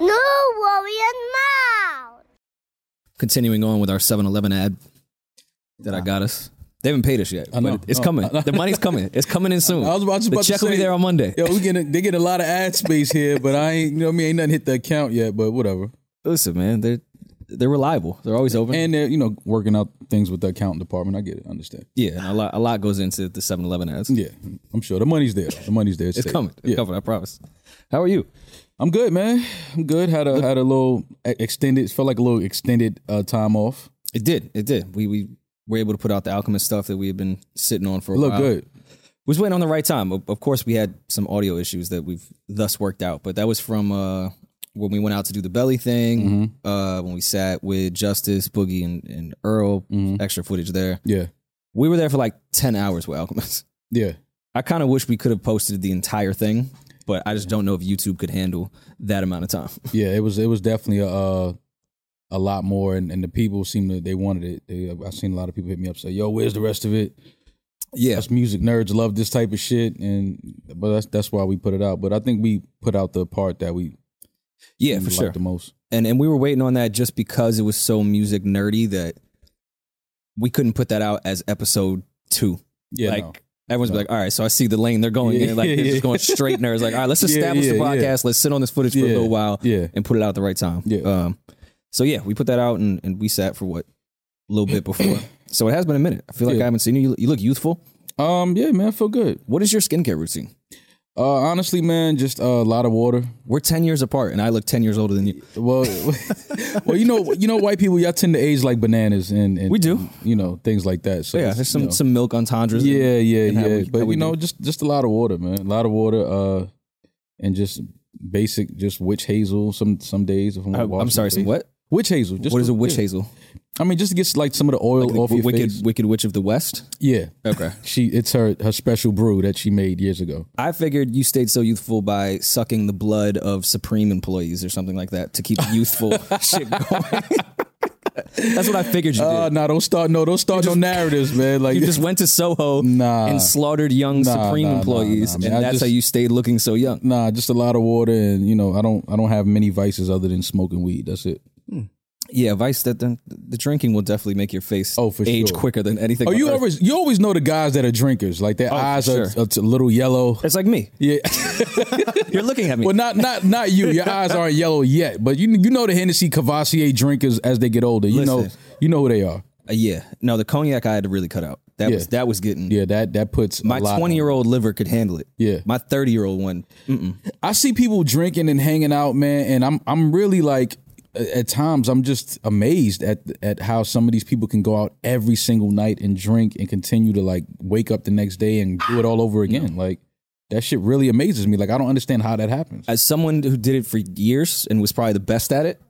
No worrying mouth. Continuing on with our 7-Eleven ad that I got us. They haven't paid us yet. I know. but it's Oh, coming. I know. The money's coming. It's coming in soon. I was about- just the about to check will be say, there on Monday. Yo, we getting they get a lot of ad space here, but I ain't you know what I mean ain't nothing hit the account yet, but whatever. Listen, man, they're they're reliable. They're always open. And they're you know working out things with the accounting department. I get it, I understand. yeah, and a lot a lot goes into the 7-Eleven ads. Yeah, I'm sure the money's there. though. The money's there. It's safe. coming. It's Yeah. coming. I promise. How are you? I'm good, man. I'm good. Had a had a little e- extended. Felt like a little extended uh, time off. It did. It did. We we were able to put out the Alchemist stuff that we had been sitting on for a It looked while. good. was waiting on the right time. Of of course, we had some audio issues that we've thus worked out, but that was from uh, when we went out to do the belly thing, uh, when we sat with Justice, Boogie, and, and Earl, extra footage there. Yeah, We were there for like 10 hours with Alchemist. yeah. I kind of wish we could have posted the entire thing, but I just don't know if YouTube could handle that amount of time. yeah it was it was definitely a uh, a lot more and, and the people seemed to they wanted it they, i've seen a lot of people hit me up say yo where's the rest of it yeah. us music nerds love this type of shit and but that's that's why we put it out but i think we put out the part that we Yeah, we for liked sure. Mm, the most and and we were waiting on that just because it was so music nerdy that we couldn't put that out as episode two. yeah like no. everyone's No. like, all right, so I see the lane they're going Yeah, in. Like yeah, they're yeah. just going straight nerds. Like, all right, let's Yeah, establish the yeah, podcast. yeah. Let's sit on this footage for a Yeah, little while yeah and put it out at the right time. Yeah. Um, so yeah, we put that out and, and we sat for what a little bit before. so it has been a minute. I feel like Yeah. I haven't seen you. You look youthful. um yeah man i feel good What is your skincare routine? uh honestly man just uh, a lot of water We're ten years apart, and I look ten years older than you. well well you know you know white people y'all tend to age like bananas and, and We do. you know things like that so But yeah, it's, there's you some know. some milk entendres. in- yeah yeah and how yeah we- how but we you know do. just just a lot of water man a lot of water uh and just basic just witch hazel some some days if I'm, I, am Uh, sorry. Some what? witch hazel just what is to- a witch yeah. hazel? i mean just to get like some of the oil Like the off your wicked face wicked witch of the west. yeah Okay. she it's her her special brew that she made years ago I figured you stayed so youthful by sucking the blood of Supreme employees or something like that to keep youthful shit going. That's what I figured you did. uh no don't start no don't start no narratives man like you just went to Soho Nah. and slaughtered young Supreme nah, nah, employees, nah, man. I and that's just- how you stayed looking so young. nah just a lot of water and you know i don't i don't have many vices other than smoking weed that's it Yeah, Vice, that the, the drinking will definitely make your face Oh, for age sure. quicker than anything. oh on you earth. always you always know the guys that are drinkers like their eyes sure. are, are a little yellow It's like me. Oh, yeah You're looking at me. Well, not not not you. Your eyes aren't yellow yet, but you you know the Hennessy Cavassier drinkers as they get older. You know Listen. you know who they are. Uh, yeah, no, the cognac I had to really cut out. That Yeah. was that was getting. Yeah, that that puts My a lot on. twenty year old liver could handle it. Yeah. my thirty year old one. I see people drinking and hanging out, man, and I'm I'm really like a- at times I'm just amazed at at how some of these people can go out every single night and drink and continue to like wake up the next day and do it all over again. Like that shit really amazes me. Like I don't understand how that happens. as someone who did it for years and was probably the best at it,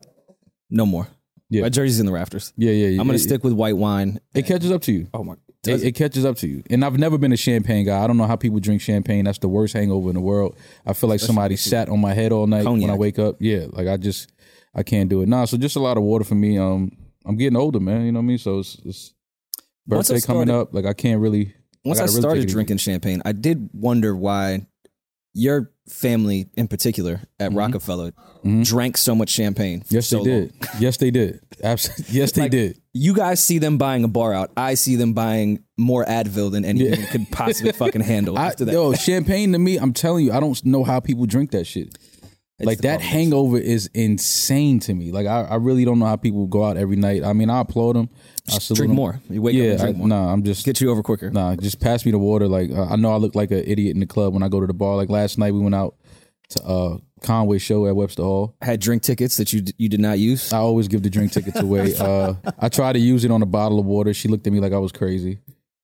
no more. Yeah. My jersey's in the rafters. Yeah, yeah, yeah. I'm gonna It- stick with white wine. It catches up to you. Oh my! it, it catches up to you. And I've never been a champagne guy. I don't know how people drink champagne. That's the worst hangover in the world. I feel like somebody sat on my head all night when I Cognac. wake up. Yeah, like I just I can't do it. Nah, so just a lot of water for me. Um, I'm getting older, man. You know what I mean? So it's, it's Once I birthday coming started- up. Like I can't really. Once I, gotta really take it started easy. drinking champagne, I did wonder why your family, in particular at Rockefeller, drank so much champagne. for Mm-hmm. Yes, so they long. did. Yes, they did. Absolutely. Yes, they Like, did. You guys see them buying a bar out. I see them buying more Advil than anyone could possibly fucking handle. I, after that, yo, champagne to me, I'm telling you, I don't know how people drink that shit. It's like the that problem. hangover is insane to me. Like I, I really don't know how people go out every night. I mean, I applaud them. I salute Drink 'em. more. You wake up Yeah, and I, drink more. nah, I'm just Get you over quicker. nah. Just pass me the water. Like uh, I know I look like an idiot in the club when I go to the bar. Like last night we went out to uh Conway show at Webster Hall. I had drink tickets that you d- you did not use. I always give the drink tickets away. Uh, I tried to use it on a bottle of water. She looked at me like I was crazy.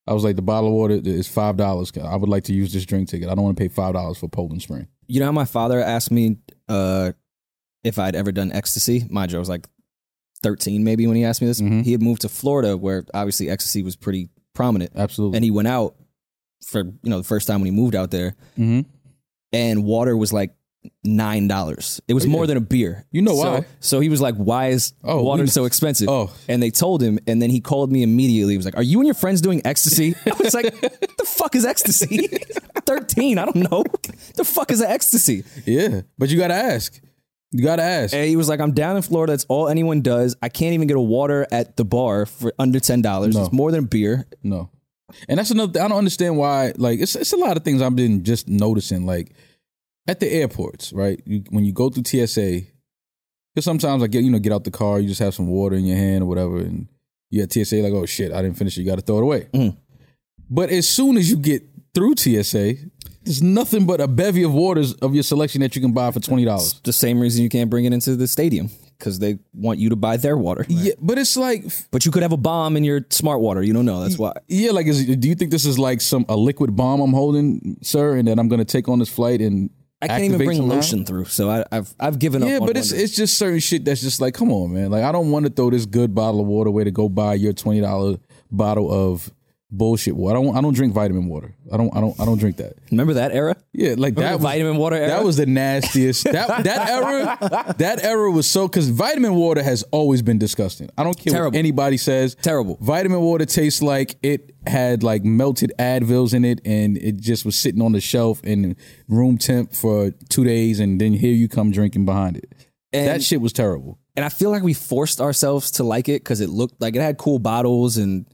I was like, the bottle of water is five dollars. I would like to use this drink ticket. I don't want to pay five dollars for Poland Spring. you know how my father asked me uh, if I'd ever done ecstasy? Mind you, I was like 13 maybe when he asked me this. Mhm. He had moved to Florida where obviously ecstasy was pretty prominent. Absolutely. And he went out for, you know, the first time when he moved out there mm-hmm. and water was like $9. It was Oh, yeah. more than a beer. You so, know why. So he was like, why is Oh, we water know. so expensive? Oh. And they told him and then he called me immediately. He was like, are you and your friends doing ecstasy? I was like, what the fuck is ecstasy? 13, I don't know. the fuck is an ecstasy? Yeah, but you gotta ask. You gotta ask. And he was like, I'm down in Florida. That's all anyone does. I can't even get a water at the bar for under $10. It's more than beer. No. And that's another thing. I don't understand why, like, it's, it's a lot of things I've been just noticing. Like, at the airports, right? You, when you go through TSA, because sometimes I get, you know, get out the car, you just have some water in your hand or whatever, and you at TSA, like, oh shit, I didn't finish it. You got to throw it away. But as soon as you get through TSA, there's nothing but a bevy of waters of your selection that you can buy for $20. The same reason you can't bring it into the stadium because they want you to buy their water. Yeah, but it's like, But you could have a bomb in your smart water. You don't know. That's why. Yeah, like, is, do you think this is like some a liquid bomb I'm holding, sir, and that I'm going to take on this flight and I can't even activate bring somehow? lotion through. So I, I've, I've given up. Yeah, on but it's wonders. it's just certain shit that's just like, come on, man. Like, I don't want to throw this good bottle of water away to go buy your twenty dollar bottle of bullshit water. I don't I don't drink vitamin water. I don't I don't I don't drink that. Remember that era? Yeah, like that the was, vitamin water era? That was the nastiest. that that era that era was so because vitamin water has always been disgusting. I don't care what Terrible. anybody says. Terrible. Vitamin water tastes like it had like melted Advils in it, and it just was sitting on the shelf in room temp for two days, and then here you come drinking behind it. that shit was terrible. and I feel like we forced ourselves to like it because it looked like it had cool bottles and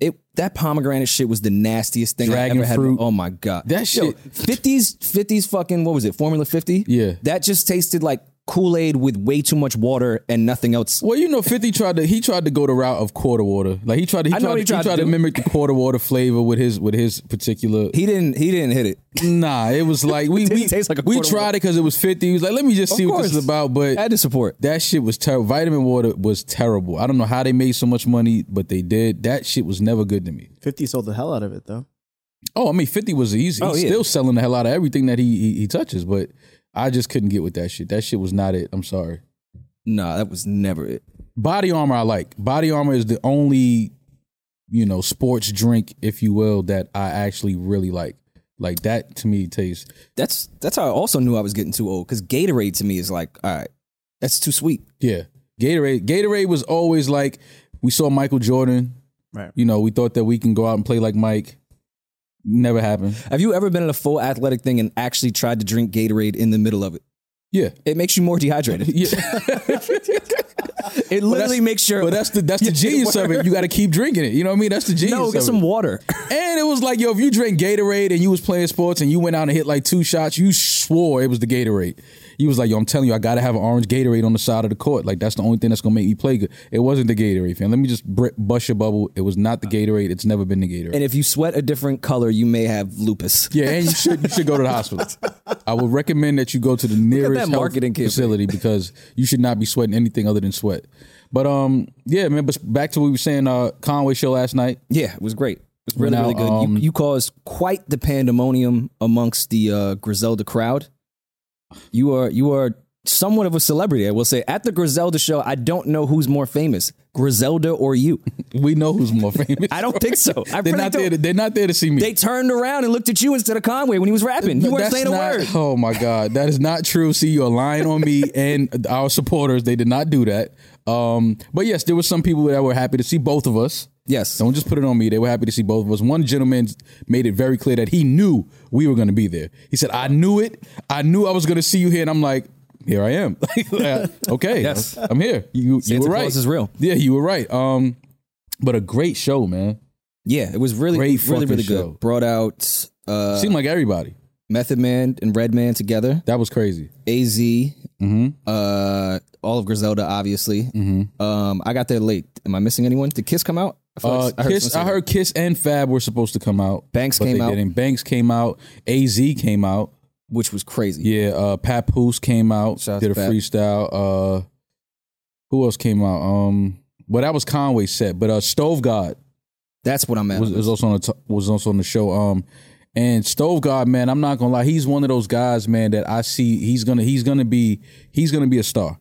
it that pomegranate shit was the nastiest thing Dragon I ever fruit. had. Oh my god, That shit- Fifties, fifties, fucking what was it? Formula fifty. Yeah. that just tasted like Kool Aid with way too much water and nothing else. Well, you know, Fifty tried to he tried to go the route of quarter water. Like he tried to he I know tried, what to, he tried he to tried to, do. mimic the quarter water flavor with his with his particular. He didn't. He didn't hit it. Nah, it was like we Didn't we, taste like a we quarter tried water. it because it was Fifty. He was like, let me just Of see what this course. is about. But I had to support. That shit was terrible. Vitamin water was terrible. I don't know how they made so much money, but they did. That shit was never good to me. 50 sold the hell out of it, though. Oh, I mean, Fifty was easy. Oh, He's yeah. still selling the hell out of everything that he, he he touches, but I just couldn't get with that shit. That shit was not it. I'm sorry. Nah, that was never it. Body armor, I like. Body armor is the only, you know, sports drink, if you will, that I actually really like. Like that to me tastes. That's that's how I also knew I was getting too old because Gatorade to me is like, all right, that's too sweet. Yeah. Gatorade. Gatorade was always like we saw Michael Jordan. Right. You know, we thought that we can go out and play like Mike. Never happened. Have you ever been at a full athletic thing and actually tried to drink Gatorade in the middle of it? Yeah. It makes you more dehydrated. Yeah. It literally makes sure. But that's the that's the genius of it. You got to keep drinking it. You know what I mean? That's the genius. no, of get it. some water. And it was like, yo, if you drank Gatorade and you was playing sports and you went out and hit like two shots, you swore it was the Gatorade. You was like, yo, I'm telling you, I gotta have an orange Gatorade on the side of the court. Like that's the only thing that's gonna make me play good. It wasn't the Gatorade, fam. Let me just br- bust your bubble. It was not the Gatorade. It's never been the Gatorade. and if you sweat a different color, you may have lupus. yeah, and you should you should go to the hospital. I would recommend that you go to the nearest health marketing campaign. facility because you should not be sweating anything other than sweat. But um, yeah, man. But back to what we were saying, uh, Conway show last night. Yeah, it was great. It was really, Now, really good. um, you, you caused quite the pandemonium amongst the uh, Griselda crowd. You are you are somewhat of a celebrity, I will say. At the Griselda show, I don't know who's more famous, Griselda or you. We know who's more famous. I don't think so. I They're really not don't. there. To, they're not there to see me. They turned around and looked at you instead of Conway when he was rapping. You No, weren't that's saying a not- word. Oh my God, that is not true. See, you're lying on me and our supporters. They did not do that. Um, but yes, there were some people that were happy to see both of us. Yes. Don't just put it on me. They were happy to see both of us. One gentleman made it very clear that he knew we were going to be there. He said, "I knew it. I knew I was going to see you here." And I'm like, "Here I am. uh, okay, Yes. I'm here. You, you Santa were right. Claus is real. Yeah, you were right. Um, but a great show, man. Yeah, it was really, Great really, fucking really good. show. Brought out uh, Seemed like everybody. Method Man and Redman together. That was crazy. AZ, Mm-hmm. uh, all of Griselda, obviously. Um, I got there late. Am I missing anyone? Did Kiss come out? I, feel Uh, like I heard Kiss, someone I say heard Kiss and Fab were supposed to come out. Banks but came they out. Didn't. Banks came out. Az came out. that, which was crazy. Yeah, uh, Papoose came out. Shout out did to a Pap. freestyle. Uh, who else came out? Um, well, that was Conway's set, but uh, Stove God That's what I'm at. was, was also on the t- was also on the show. Um, and Stove God, man, I'm not gonna lie, he's one of those guys, man, that I see. He's gonna he's gonna be he's gonna be a star.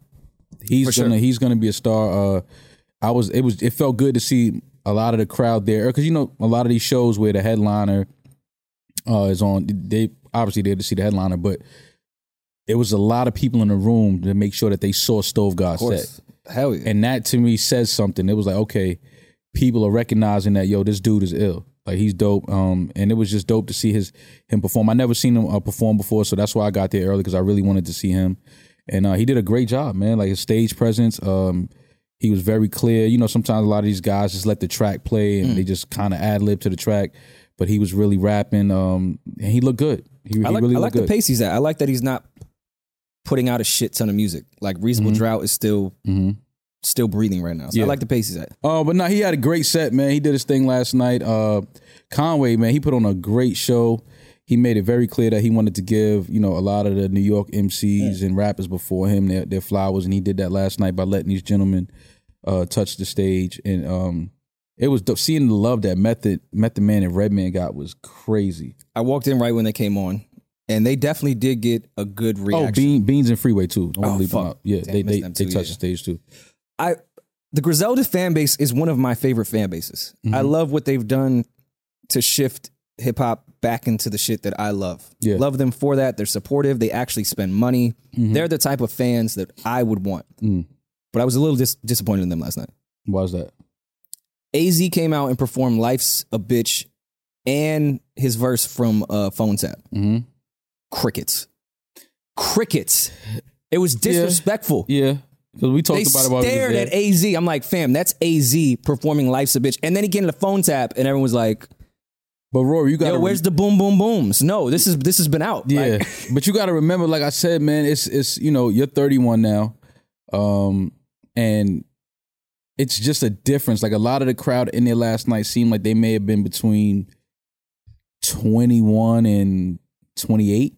He's For gonna sure. he's gonna be a star. Uh, I was it was it felt good to see a lot of the crowd there because you know a lot of these shows where the headliner uh, is on. They obviously there to see the headliner, but it was a lot of people in the room to make sure that they saw Stove God of set. course. Hell yeah. And that to me says something. It was like, okay, people are recognizing that, yo, this dude is ill. Like he's dope. Um, and it was just dope to see his him perform. I never seen him uh, perform before, so that's why I got there early because I really wanted to see him. and uh, he did a great job, man. Like his stage presence, um, he was very clear. You know, sometimes a lot of these guys just let the track play Mm. and they just kind of ad lib to the track, but he was really rapping. Um, and he looked good. He, I he like, really I like looked the good. pace he's at. I like that he's not putting out a shit ton of music. Like reasonable drought is still hmm still breathing right now. So Mm-hmm. Yeah. I like the pace he's at. Oh, but no, he had a great set, man. He did his thing last night. Uh, Conway, man, he put on a great show. He made it very clear that he wanted to give, you know, a lot of the New York MCs and rappers before him their, their flowers, and he did that last night by letting these gentlemen uh, touch the stage. And um, it was dope. seeing the love that Method Method Man and Redman got was crazy. I walked in right when they came on, and they definitely did get a good Oh, reaction. Bean, Beans and Freeway too. Don't Oh, leave them fuck. out. Yeah, Damn, they missed they, them they too, touched yeah. the stage too. I the Griselda fan base is one of my favorite fan bases. I Mm-hmm. love what they've done to shift hip hop back into the shit that I love. Yeah. Mm-hmm. Love them for that. They're supportive. They actually spend money. They're the type of fans that I would want. Mm. But I was a little dis- disappointed in them last night. Why is that? AZ came out and performed Life's a Bitch and his verse from uh, Phone Tap. Mhm. Crickets. Crickets. It was disrespectful. Yeah, because we talked They about it. while we was stared there. at AZ. I'm like, fam, that's AZ performing Life's a Bitch. And then he came to Phone Tap and everyone was like, But Rory, you got yo, where's the boom, boom, booms? No, this is this has been out. Yeah, Like, but you got to remember, like I said, man, it's it's you know you're 31 now, um, and it's just a difference. Like a lot of the crowd in there last night seemed like they may have been between 21 and 28.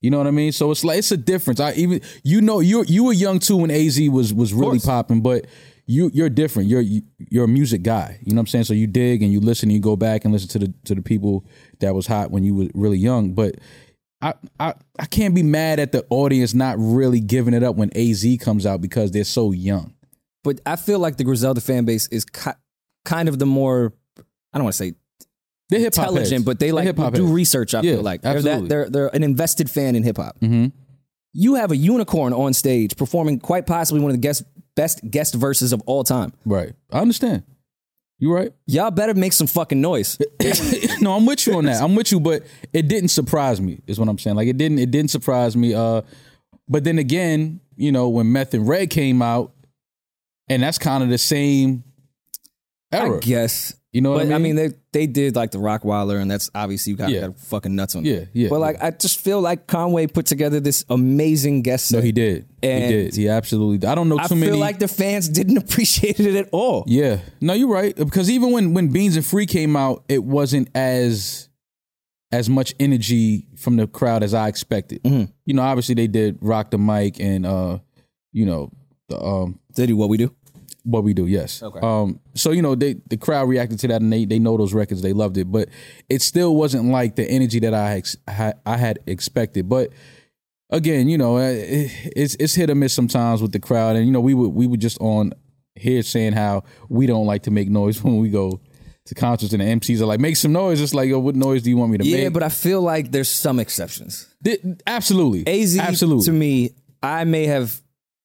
You know what I mean? So it's like it's a difference. I even you know you you were young too when AZ was was really course. popping, but you you're different. You're you- you're a music guy. You know what I'm saying? So you dig and you listen and you go back and listen to the to the people that was hot when you were really young. But I I I can't be mad at the audience not really giving it up when AZ comes out because they're so young. but I feel like the Griselda fan base is ki- kind of the more, I don't want to say They're hip hop intelligent, but they like hip-hop do heads. research. I Yeah, feel like they're, absolutely. that, they're they're an invested fan in hip hop. Mhm. You have a unicorn on stage performing quite possibly one of the guest, best guest verses of all time. right. I understand. You right? Y'all better make some fucking noise. no, I'm with you on that. I'm with you, but it didn't surprise me. Is what I'm saying. Like it didn't. It didn't surprise me. Uh, but then again, you know, when Meth and Red came out, and that's kind of the same I era. guess. You know what But I mean? they they did like the Rockwiler, and that's obviously you got, Yeah. got fucking nuts on. Yeah, yeah, But like, I just feel like Conway put together this amazing guest set. no, he did. And- he did. He absolutely. I don't know too I feel many. like the fans didn't appreciate it at all. yeah. No, you're right. Because even when when Beans and Free came out, it wasn't as as much energy from the crowd as I expected. You know, obviously they did rock the mic and uh, you know, the um They do what we do. what we do yes okay um so you know they the crowd reacted to that and they they know those records they loved it but it still wasn't like the energy that i ex- ha- i had expected but again you know uh, it, it's it's hit or miss sometimes with the crowd and you know we were we were just on here saying how we don't like to make noise when we go to concerts and the mcs are like make some noise it's like yo what noise do you want me to Yeah, make but I feel like there's some exceptions. Th- absolutely AZ absolutely to me, I may have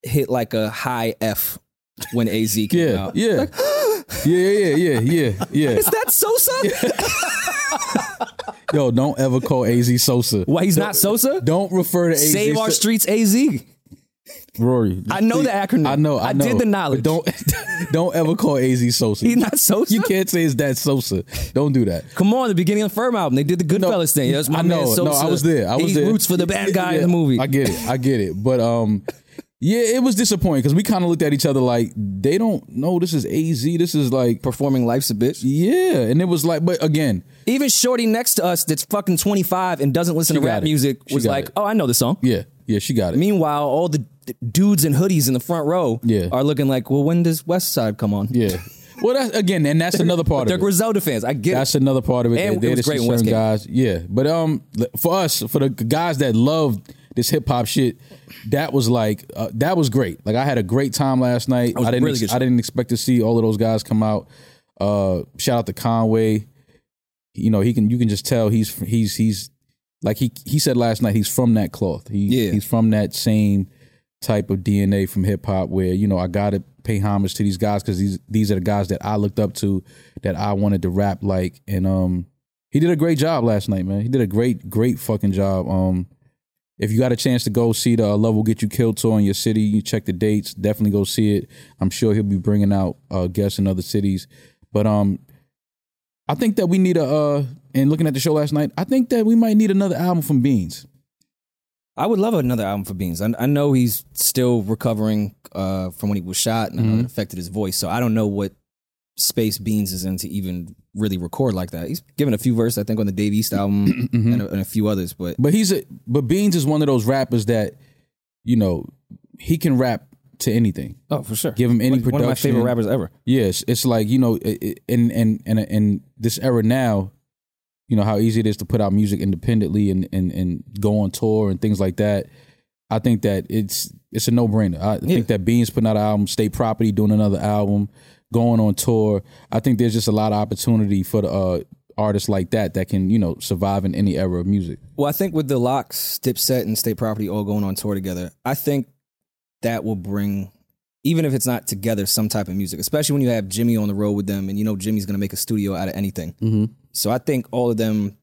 hit like a high F when AZ came yeah, out. yeah yeah yeah yeah yeah yeah Is that Sosa? yo don't ever call az sosa Why he's not Sosa? don't refer to AZ Save our so- streets AZ. Rory. I know the acronym. I know. I, I know. did the knowledge. But don't don't ever call AZ Sosa. He's not Sosa. you can't say it's that Sosa. Don't do that. Come on, the beginning of the firm album. They did the Goodfellas thing. That's my I know. man Sosa. No, I was there. I was he there. roots for the bad guy Yeah, in the movie. I get it. I get it. But um, yeah, it was disappointing because we kind of looked at each other like they don't know this is AZ. This is like Performing Life's a Bitch. yeah, and it was like, but again, Even Shorty next to us that's fucking 25 and doesn't listen to got rap it. music She was got like, it. oh, I know the song. yeah, yeah, she got it. Meanwhile, all the d- dudes in hoodies in the front row Yeah. are looking like, well, when does West Side come on? yeah. Well, that's again, and that's another part They're of it. Griselda fans. I get That's it. another part of it. And They're it was just great when certain West came. guys. Yeah, but um, for us, for the guys that love this hip hop shit, that was like uh, that was great. Like I had a great time last night. was I didn't. really good I show. didn't expect to see all of those guys come out. Uh, shout out to Conway. You know he can. You can just tell he's he's he's like he he said last night. He's from that cloth. He Yeah. he's from that same type of DNA from hip hop where you know I gotta pay homage to these guys because these these are the guys that I looked up to that I wanted to rap like and um he did a great job last night man he did a great great fucking job um If you got a chance to go see the uh, Love Will Get You Killed tour in your city, you check the dates. Definitely go see it. I'm sure he'll be bringing out uh, guests in other cities. But um, I think that we need a. Uh, and looking at the show last night, I think that we might need another album from Beans. I would love another album for Beans. I, I know he's still recovering uh, from when he was shot and I know it affected his voice. So I don't know what space Beans is in to even really record like that. He's given a few verses, I think, on the Dave East album and, a, and a few others. But But he's a. But Beans is one of those rappers that, you know, he can rap to anything. oh, for sure, Give him any One- One of my production. favorite rappers ever. Yes, it's like you know, i- i- in in in in this era now, you know how easy it is to put out music independently and and and go on tour and things like that. I think that it's it's a no brainer. I think that Beans putting out an album, State Property doing another album, going on tour. I think there's just a lot of opportunity for the uh, artists like that that can you know survive in any era of music. Well, I think with the locks, Dipset, and State Property all going on tour together, I think that will bring, even if it's not together, some type of music. Especially when you have Jimmy on the road with them, and you know Jimmy's going to make a studio out of anything. Mhm. So I think all of them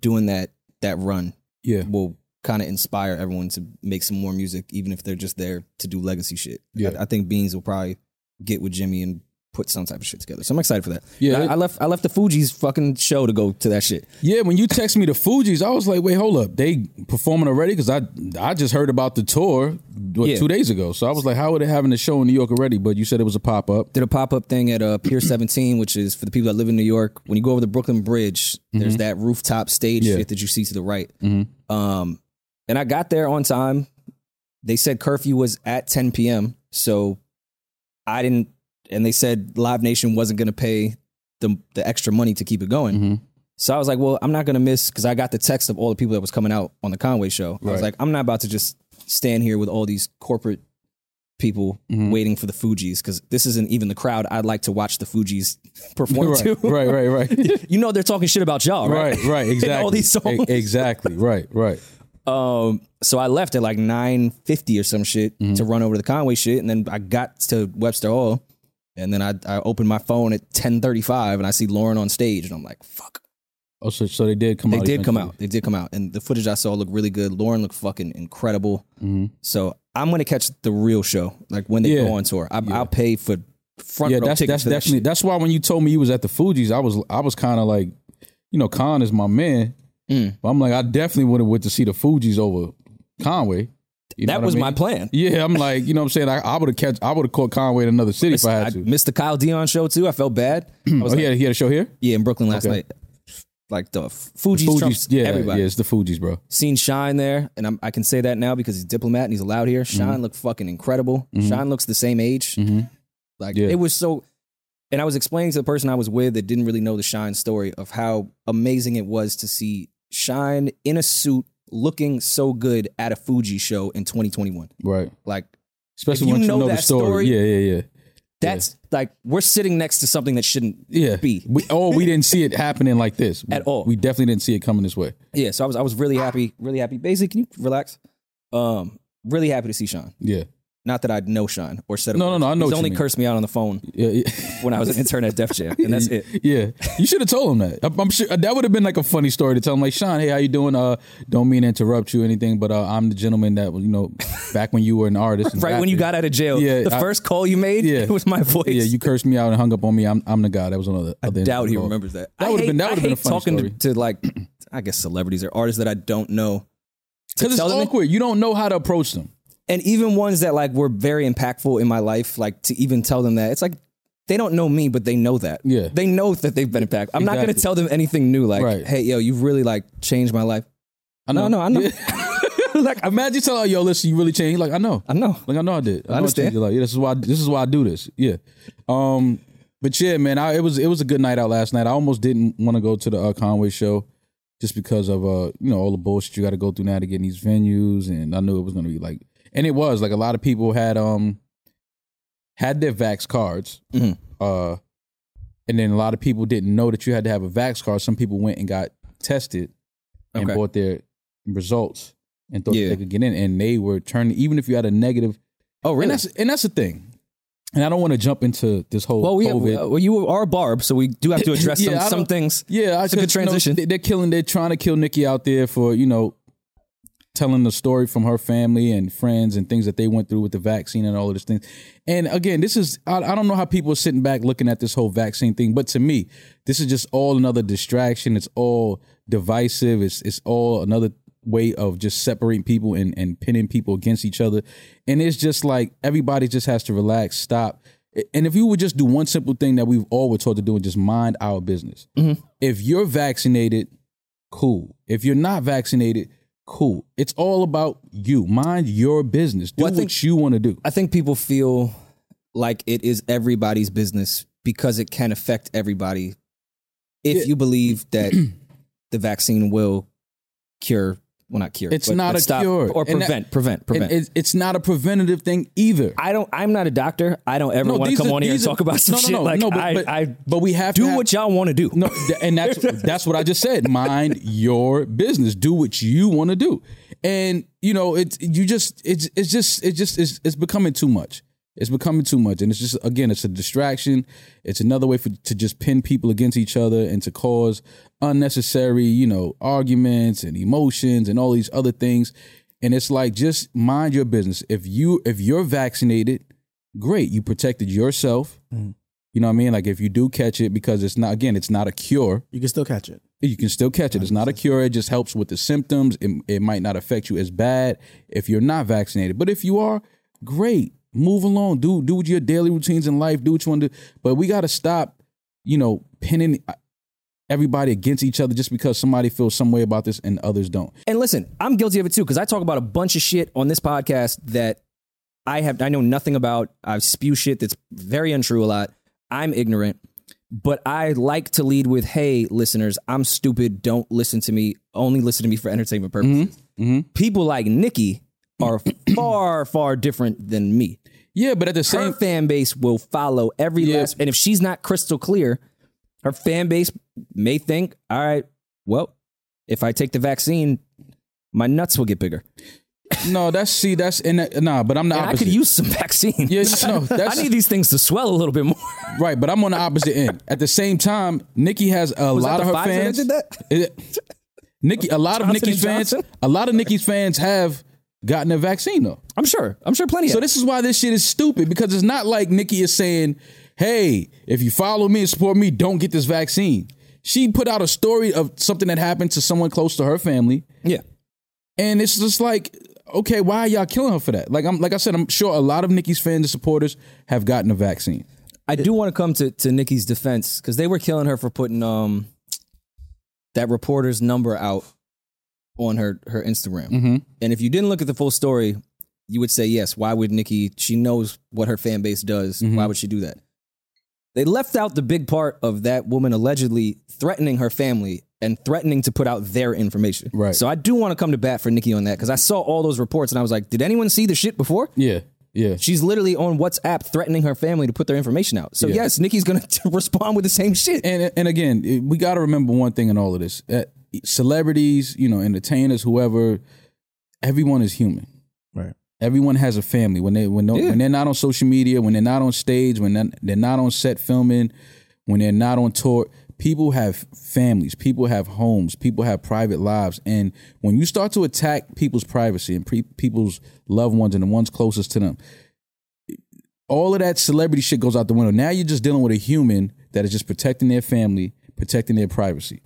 doing that that run Yeah, will kind of inspire everyone to make some more music, even if they're just there to do legacy shit. Yeah. I, I think Beans will probably get with Jimmy and put some type of shit together. So I'm excited for that. Yeah. And I, I left I left the Fuji's fucking show to go to that shit. Yeah, when you text me the Fugees, I was like, wait, hold up. They performing already? Because I I just heard about the tour what, Yeah. two days ago. So I was like, how are they having a show in New York already? But you said it was a pop up. did a pop up thing at uh, Pier 17, which is for the people that live in New York. When you go over the Brooklyn Bridge, there's that rooftop stage Mm-hmm. Yeah. shit that you see to the right. Mm-hmm. Um, and I got there on time. They said curfew was at 10 p.m. So I didn't, and they said Live Nation wasn't going to pay the, the extra money to keep it going. Mm-hmm. So I was like, well, I'm not going to miss, because I got the text of all the people that was coming out on the Conway show. I Right. was like, I'm not about to just stand here with all these corporate people Mm-hmm. waiting for the Fugees because this isn't even the crowd I'd like to watch the Fugees perform Right, to. right, right, right. You know they're talking shit about y'all, right? right, right, exactly. all these songs. E- exactly, right, right. Um, so I left at like nine fifty or some shit Mm-hmm. to run over to the Conway shit, and then I got to Webster Hall, and then I I opened my phone at ten thirty five, and I see Lauren on stage, and I'm like, fuck. Oh, so, so they did come They out. did come eventually. out. They did come out, and the footage I saw looked really good. Lauren looked fucking incredible. So I'm gonna catch the real show, like when they Mm-hmm. Yeah. go on tour. I, I'll pay for front Yeah, row that's tickets. that's for that definitely that's why when you told me you was at the Fugees, I was I was kind of like, you know, Khan is my man. Mm. But I'm like, I definitely would have went to see the Fugees over Conway. You know that what I was my mean? plan. Yeah, I'm like, you know what I'm saying? I, I would have catch I would have caught Conway in another city if I I had to. missed the Kyle Dion show too. I felt bad. I Oh, was like, he, had, he had a show here? yeah, in Brooklyn last Okay. night. Like the F- Fuji's, trumps yeah, everybody. yeah, it's the Fugees, bro. Seen Shine there, and I'm, I can say that now because he's a diplomat and he's allowed here. Shine Mm-hmm. looked fucking incredible. Shine looks the same age. Like Yeah. it was so. And I was explaining to the person I was with that didn't really know the Shine story of how amazing it was to see Shine in a suit looking so good at a Fuji show in 2021. Right. Like Especially If you once know you know the that story. story- Yeah, yeah, yeah. that's like we're sitting next to something that shouldn't Yeah. be. We, oh, we didn't see it happening like this. At all. We definitely didn't see it coming this way. Yeah, so I was I was really happy, really happy. Basically, can you relax? Um, really happy to see Sean. Yeah. Not that I know Sean or said a No, no, word. no, I know He's what you only mean. cursed me out on the phone Yeah. yeah. when I was an intern at Def Jam, and that's it. Yeah, you should have told him that. I'm, I'm sure uh, that would have been like a funny story to tell him, like Sean, hey, how you doing? Uh, don't mean to interrupt you or anything, but uh, I'm the gentleman that you know, back when you were an artist, and Right when you rapper. got out of jail, Yeah, the I- first call you made, Yeah. it was my voice. yeah, you cursed me out and hung up on me. I'm, I'm the guy. That was another. I doubt he remembers that. I would've hate- been- that I would've been a hate funny talking to- story. to, like, I guess celebrities or artists that I don't know, because it's tell them it- awkward. You don't know how to approach them. and even ones that like were very impactful in my life. Like to even tell them that it's like they don't know me, but they know that. Yeah. they know that they've been impacted. I'm not going to Exactly. tell them anything new. Like, Right. hey, yo, you've really like changed my life. I No, no, I know. like imagine telling her, yo, listen, you really changed. Like I know, I know. like I know I did. I, know understand. changed your life. Yeah, this is why. This is why I do this. Yeah. Um, but yeah, man, I, it was it was a good night out last night. I almost didn't want to go to the uh, Conway show just because of uh you know all the bullshit you got to go through now to get in these venues, and I knew it was gonna be like, and it was like a lot of people had um had their vax cards. Mhm. Uh, and then a lot of people didn't know that you had to have a vax card. Some people went and got tested and Okay. bought their results and thought that Yeah. they could get in, and they were turning. Even if you had a negative, Oh, and really? that's and that's the thing. And I don't want to jump into this whole well, we have, COVID. well, you are a barb, so we do have to address Yeah, I some, don't- some things. yeah, I it's a good you know, transition. they- they're killing. They're trying to kill Nikki out there for you know telling the story from her family and friends and things that they went through with the vaccine and all of this thing. And again, this is I, I don't know how people are sitting back looking at this whole vaccine thing, but to me, this is just all another distraction. It's all divisive. It's it's all another way of just separating people and, and pinning people against each other. And it's just like everybody just has to relax, stop. And if you would just do one simple thing that we've all were taught to do and just mind our business. If you're vaccinated, cool. If you're not vaccinated, cool. It's all about you. Mind your business. Do Well, I think- what you want to do. I think people feel like it is everybody's business because it can affect everybody. If Yeah. you believe that the vaccine will cure, well, not cure, It's but- not but a cure. or And that- prevent, prevent, And prevent. it's- it's not a preventative thing either. I don't. I'm not a doctor. I don't ever want to these come are- on here and these are- talk about some no, no, shit. no, like no, but, I, but, I but we have do to have- what y'all want to do. No, th- and that's that's what I just said. Mind your business. Do what you want to do. And you know, it's you just it's it's just it's just it's, it's becoming too much. It's becoming too much, and it's just again, it's a distraction. It's another way for to just pin people against each other and to cause unnecessary, you know, arguments and emotions and all these other things. And it's like just mind your business. If you if you're vaccinated, great, you protected yourself. You know what I mean? Like if you do catch it, because it's not again, it's not a cure. You can still catch it. You can still catch it. It's not a cure. It just helps with the symptoms. It, it might not affect you as bad if you're not vaccinated. But if you are, great. Move along. Do do your daily routines in life. Do what you want to do. But we got to stop, you know, pinning uh, everybody against each other just because somebody feels some way about this and others don't. And listen, I'm guilty of it too because I talk about a bunch of shit on this podcast that I have I know nothing about. I spew shit that's very untrue a lot. I'm ignorant, but I like to lead with, "Hey, listeners, I'm stupid. Don't listen to me. Only listen to me for entertainment purposes." People like Nikki are far far different than me. Yeah, but at the Her same fan base will follow every Yeah. last, and if she's not crystal clear, her fan base may think, "All right, well, if I take the vaccine." My nuts will get bigger. no, that's see, that's in that, nah. But I'm the And I opposite. could use some vaccine. yeah, no, that's I need these things to swell a little bit more. Right, but I'm on the opposite end. At the same time, Nikki has a lot that of her the Pfizer that fans. did that? It- Nikki, a lot of Johnson and Nikki's fans, Johnson? a lot of Nikki's fans have gotten a vaccine though. I'm sure. I'm sure plenty So of this is why this shit is stupid because it's not like Nikki is saying, "Hey, if you follow me and support me, don't get this vaccine." She put out a story of something that happened to someone close to her family, Yeah. and it's just like, okay, why are y'all killing her for that? Like I'm, like I said, I'm sure a lot of Nikki's fans and supporters have gotten a vaccine. I do want to come to, to Nikki's defense because they were killing her for putting um that reporter's number out on her, her Instagram. And if you didn't look at the full story, you would say, yes, why would Nikki? She knows what her fan base does. Why would she do that? They left out the big part of that woman allegedly threatening her family and threatening to put out their information. Right. So I do want to come to bat for Nikki on that because I saw all those reports and I was like, did anyone see the shit before? Yeah, yeah. She's literally on WhatsApp threatening her family to put their information out. So yes, Nikki's gonna respond with the same shit. and and again, it- we got to remember one thing in all of this: Uh, celebrities, you know, entertainers, whoever, everyone is human. Right. Everyone has a family. When they when no, when they're not on social media, when they're not on stage, when they're, they're not on set filming, when they're not on tour, people have families. People have homes. People have private lives. And when you start to attack people's privacy and pre- people's loved ones and the ones closest to them, all of that celebrity shit goes out the window. Now you're just dealing with a human that is just protecting their family, protecting their privacy.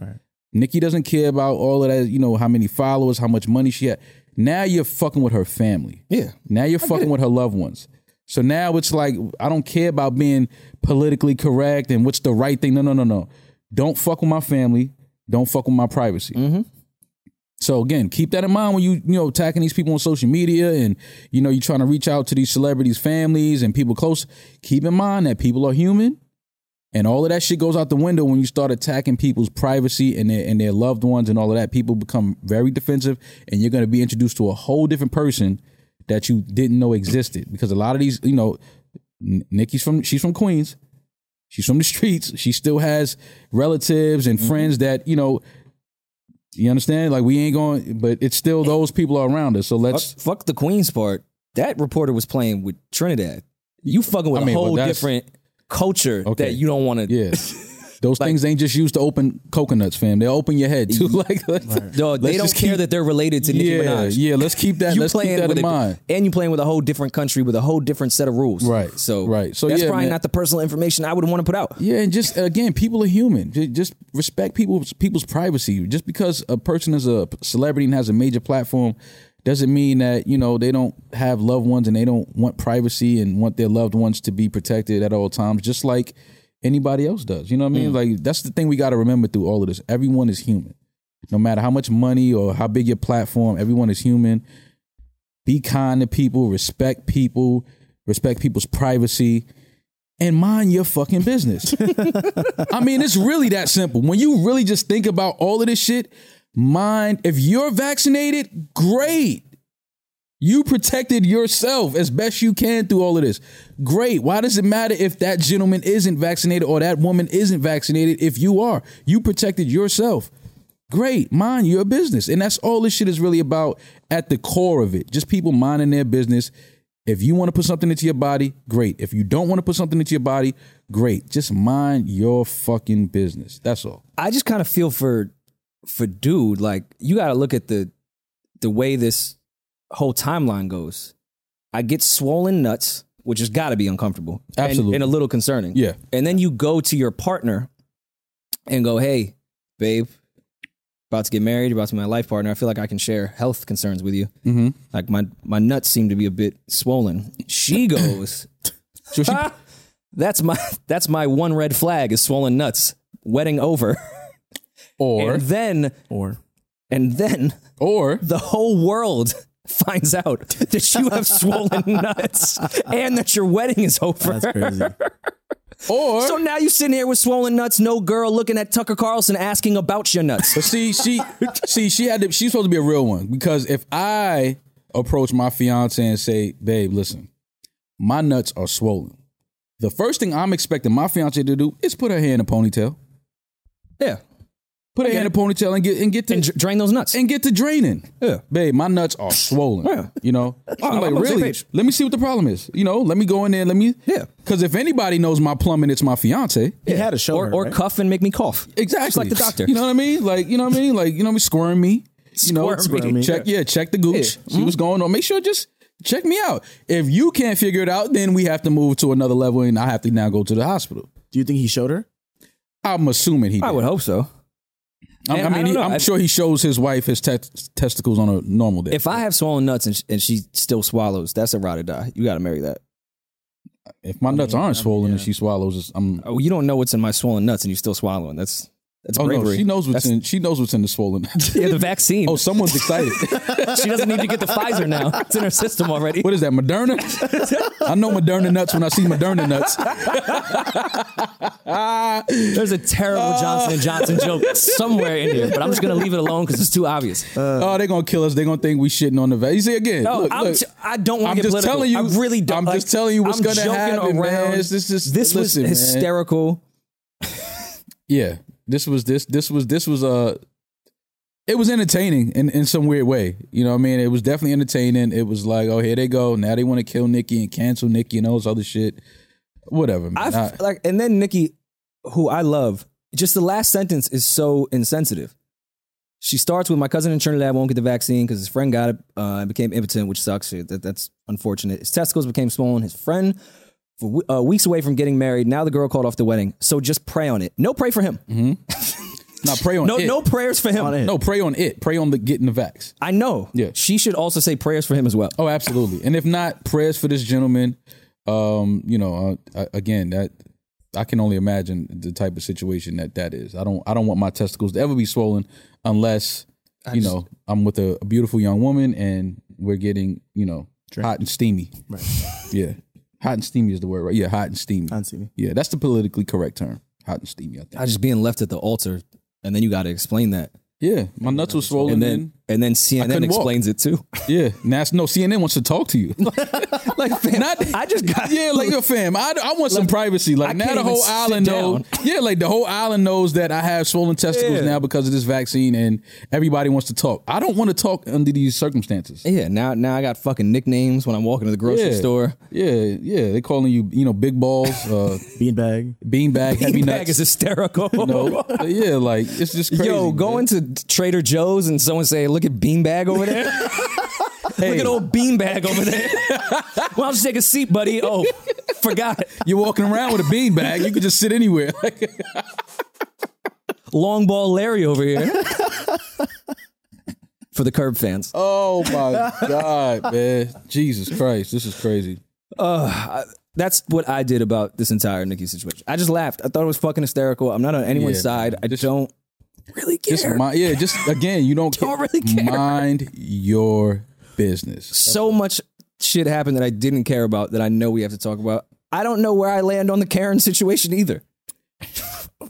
Nikki doesn't care about all of that, you know, how many followers, how much money she had. Now you're fucking with her family. Yeah. Now you're fucking with her loved ones. So now it's like I don't care about being politically correct and what's the right thing. No, no, no, no. Don't fuck with my family. Don't fuck with my privacy. So again, keep that in mind when you you know attacking these people on social media and you know you're trying to reach out to these celebrities' families and people close. Keep in mind that people are human, and all of that shit goes out the window when you start attacking people's privacy and their and their loved ones and all of that. People become very defensive, and you're going to be introduced to a whole different person that you didn't know existed because a lot of these you know, N- Nikki's from she's from Queens. She's from the streets. She still has relatives and friends that, you know, you understand? Like we ain't going, but it's still those people are around us. So Fuck, let's fuck the Queens part. That reporter was playing with Trinidad. You fucking with I mean, a well, whole that's- different culture Okay. that you don't want to. yeah. Those things ain't just used to open coconuts, fam. They open your head too. like, let's- Dog, let's they don't just care keep- that they're related to Nicki yeah, Minaj. Yeah, let's keep that. you let's playing keep that with in a- mind. and you playing with a whole different country with a whole different set of rules. Right. So Right. So, that's yeah, probably man. not the personal information I would want to put out. Yeah, and just again, people are human. Ju- Just respect people's people's privacy. Just because a person is a celebrity and has a major platform doesn't mean that you know they don't have loved ones and they don't want privacy and want their loved ones to be protected at all times. Just like anybody else does. You know what I mean? Like that's the thing we got to remember through all of this. Everyone is human. No matter how much money or how big your platform, everyone is human. Be kind to people. Respect people. Respect people's privacy and mind your fucking business. I mean, it's really that simple. When you really just think about all of this shit, mind if you're vaccinated, great. You protected yourself as best you can through all of this. Great. Why does it matter if that gentleman isn't vaccinated or that woman isn't vaccinated if you are? You protected yourself. Great. Mind your business. And that's all this shit is really about at the core of it. Just people minding their business. If you want to put something into your body, great. If you don't want to put something into your body, great. Just mind your fucking business. That's all. I just kind of feel for for dude. Like you got to look at the the way this whole timeline goes. I get swollen nuts, which has got to be uncomfortable, and- Absolutely. and, a little concerning. Yeah. and then you go to your partner and go, "Hey, babe, about to get married, about to be my life partner. I feel like I can share health concerns with you. Mm-hmm. Like my my nuts seem to be a bit swollen." She goes, So she, "That's my that's my one red flag is swollen nuts. Wedding over." or and then Or and then or the whole world finds out that you have swollen nuts and that your wedding is over. that's crazy. or So now you sitting here with swollen nuts, no girl looking at Tucker Carlson asking about your nuts. But see, she see she had to, she's supposed to be a real one because if I approach my fiance and say, "Babe, listen, my nuts are swollen," the first thing I'm expecting my fiance to do is put her hair in a ponytail, yeah. put her hair in a ponytail, and get and get to And dr- drain those nuts. and get to draining. Yeah. Babe, my nuts are swollen. Yeah. You know? I'm I'm on like, the same really? page. Let me see what the problem is. You know, let me go in there, let me Yeah. Cause if anybody knows my plumbing, it's my fiance. He had a show. or her, or right? cuff and make me cough. Exactly. Just like the doctor. You know what I mean? Like, you know what I mean? Like, you know what I mean? Squirm me. You know, Squirm me. Mm-hmm. check yeah, check the gooch. See what's going on. Make sure just check me out. If you can't figure it out, then we have to move to another level and I have to now go to the hospital. Do you think he showed her? I'm assuming he did. I would hope so. I'm- I, And I mean, don't he, know. I'm I- sure he shows his wife his te- testicles on a normal day. If I have swollen nuts and, sh- and she still swallows, that's a ride or die. You got to marry that. if my nuts aren't swollen and she swallows, it's- I'm Oh, you don't know what's in my swollen nuts and you still swallowing. That's that's Oh bravery. no, she knows what's That's- in. She knows what's in the swollen. yeah, the vaccine. oh, someone's excited. She doesn't need to get the Pfizer now. It's in her system already. what is that? Moderna. I know Moderna nuts when I see Moderna nuts. Uh. There's a terrible Ah. Johnson and Johnson joke somewhere in here, but I'm just gonna leave it alone because it's too obvious. oh, they're gonna kill us. They're gonna think we shitting on the vet. You see again? No, look, I'm look. t- I don't want I'm to get just political. telling you- I really don't. I'm just telling you what's I'm gonna joking happen, man. around. It's just- it's- this listen, man. was hysterical. yeah, this was this this was this was uh it was entertaining in, in some weird way. You know what I mean? It was definitely entertaining. It was like, oh, here they go. Now they want to kill Nikki and cancel Nikki and all this other shit. Whatever, I man. I- f- like, and then Nikki, who I love, just the last sentence is so insensitive. She starts with my cousin in Trinidad won't get the vaccine because his friend got it uh, and became impotent, which sucks. Shit, That, that's unfortunate. His testicles became swollen. His friend, for w- uh, weeks away from getting married, now the girl called off the wedding. So just pray on it. No pray for him. now pray on No, it. no prayers for him. no, pray on it. Pray on the getting the vax. I know. Yeah. She should also say prayers for him as well. Oh, absolutely. And if not, prayers for this gentleman. Um, you know, uh, I- again, that I can only imagine the type of situation that that is. I don't, I don't want my testicles to ever be swollen unless you know I'm with a, a beautiful young woman and we're getting you know hot and steamy. Right. Yeah, hot and steamy is the word, right? Yeah, hot and steamy. Hot and steamy. Yeah, that's the politically correct term. Hot and steamy. I think. I just being left at the altar, and then you got to explain that. yeah, my nuts were swollen. And And then- then And then CNN Mm-hmm. couldn't walk. explains it too. Yeah, Nas- no CNN wants to talk to you. like, fam, Not- I just got yeah, like yo, fam, I, I want some privacy. Like I now, can't the whole even sit island knows. down. Yeah, like the whole island knows that I have swollen testicles Yeah. now because of this vaccine, and everybody wants to talk. I don't want to talk under these circumstances. yeah. Now, now I got fucking nicknames when I'm walking to the grocery Yeah. store. Yeah, yeah, they calling you, you know, big balls, uh, Beanbag. beanbag, heavy Bag nuts. is hysterical. no, yeah, like it's just crazy. Yo, man. going to Trader Joe's and someone say, "Look at Beanbag over there. Look at old Beanbag over there." well, I'll just take a seat, buddy. Oh, forgot You're walking around with a beanbag. You could just sit anywhere. long ball Larry over here. For the curb fans, oh my god, man! Jesus Christ, this is crazy. that's what I did about this entire Nikki situation. I just laughed. I thought it was fucking hysterical. I'm not on anyone's Yeah, side. I don't really care. Just mi- yeah, just again, you don't, Don't really care. mind your business. so much shit happened that I didn't care about that I know we have to talk about. I don't know where I land on the Karen situation either.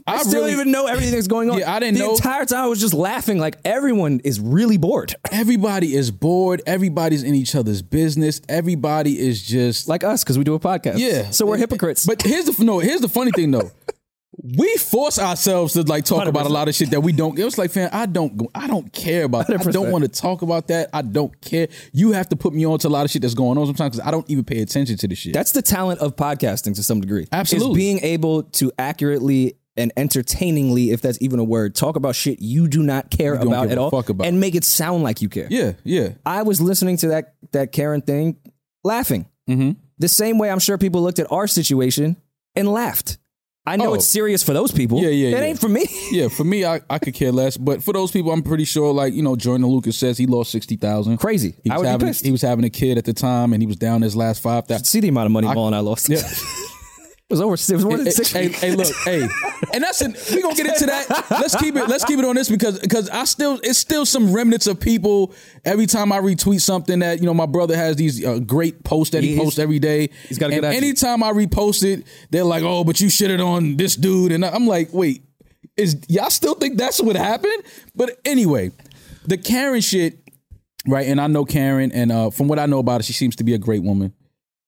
I, I still really- don't even know everything that's going on. Yeah, I didn't the know- entire time I was just laughing like everyone is really bored. Everybody is bored. Everybody's in each other's business. Everybody is just Like us, because we do a podcast. Yeah. So we're hypocrites. But here's the no. Here's the funny thing though. We force ourselves to like talk about a lot of shit that we don't. It was like, fam, I don't, go- I don't care about. That. I don't 100%. want to talk about that. I don't care. You have to put me on to a lot of shit that's going on sometimes because I don't even pay attention to the shit. that's the talent of podcasting to some degree. Absolutely. Is being able to accurately and entertainingly, if that's even a word, talk about shit you do not care don't about give at a all fuck about. and make it sound like you care. yeah, yeah, I was listening to that that Karen thing, laughing. Mm-hmm. The same way I'm sure people looked at our situation and laughed. I know Oh. it's serious for those people. Yeah, yeah, It yeah. ain't for me. yeah. For me, I, I could care less. But for those people, I'm pretty sure, like you know, Jordan Lucas says he lost sixty thousand. Crazy. He I was would be having pissed. he was having a kid at the time, and he was down his last five thousand. See the amount of money Ball and I lost. Yeah. it was over. It was more than Hey, six. Hey, hey, look, hey, and that's it. We gonna get into that. Let's keep it. Let's keep it on this because because I still it's still some remnants of people. Every time I retweet something that you know my brother has these uh, great posts that he He's- posts every day. he's got a and good attitude. Anytime I repost it, they're like, "Oh, but you shitted on this dude," and I'm like, "Wait, is y'all still think that's what happened?" But anyway, the Karen shit, right? And I know Karen, and uh, from what I know about her, she seems to be a great woman.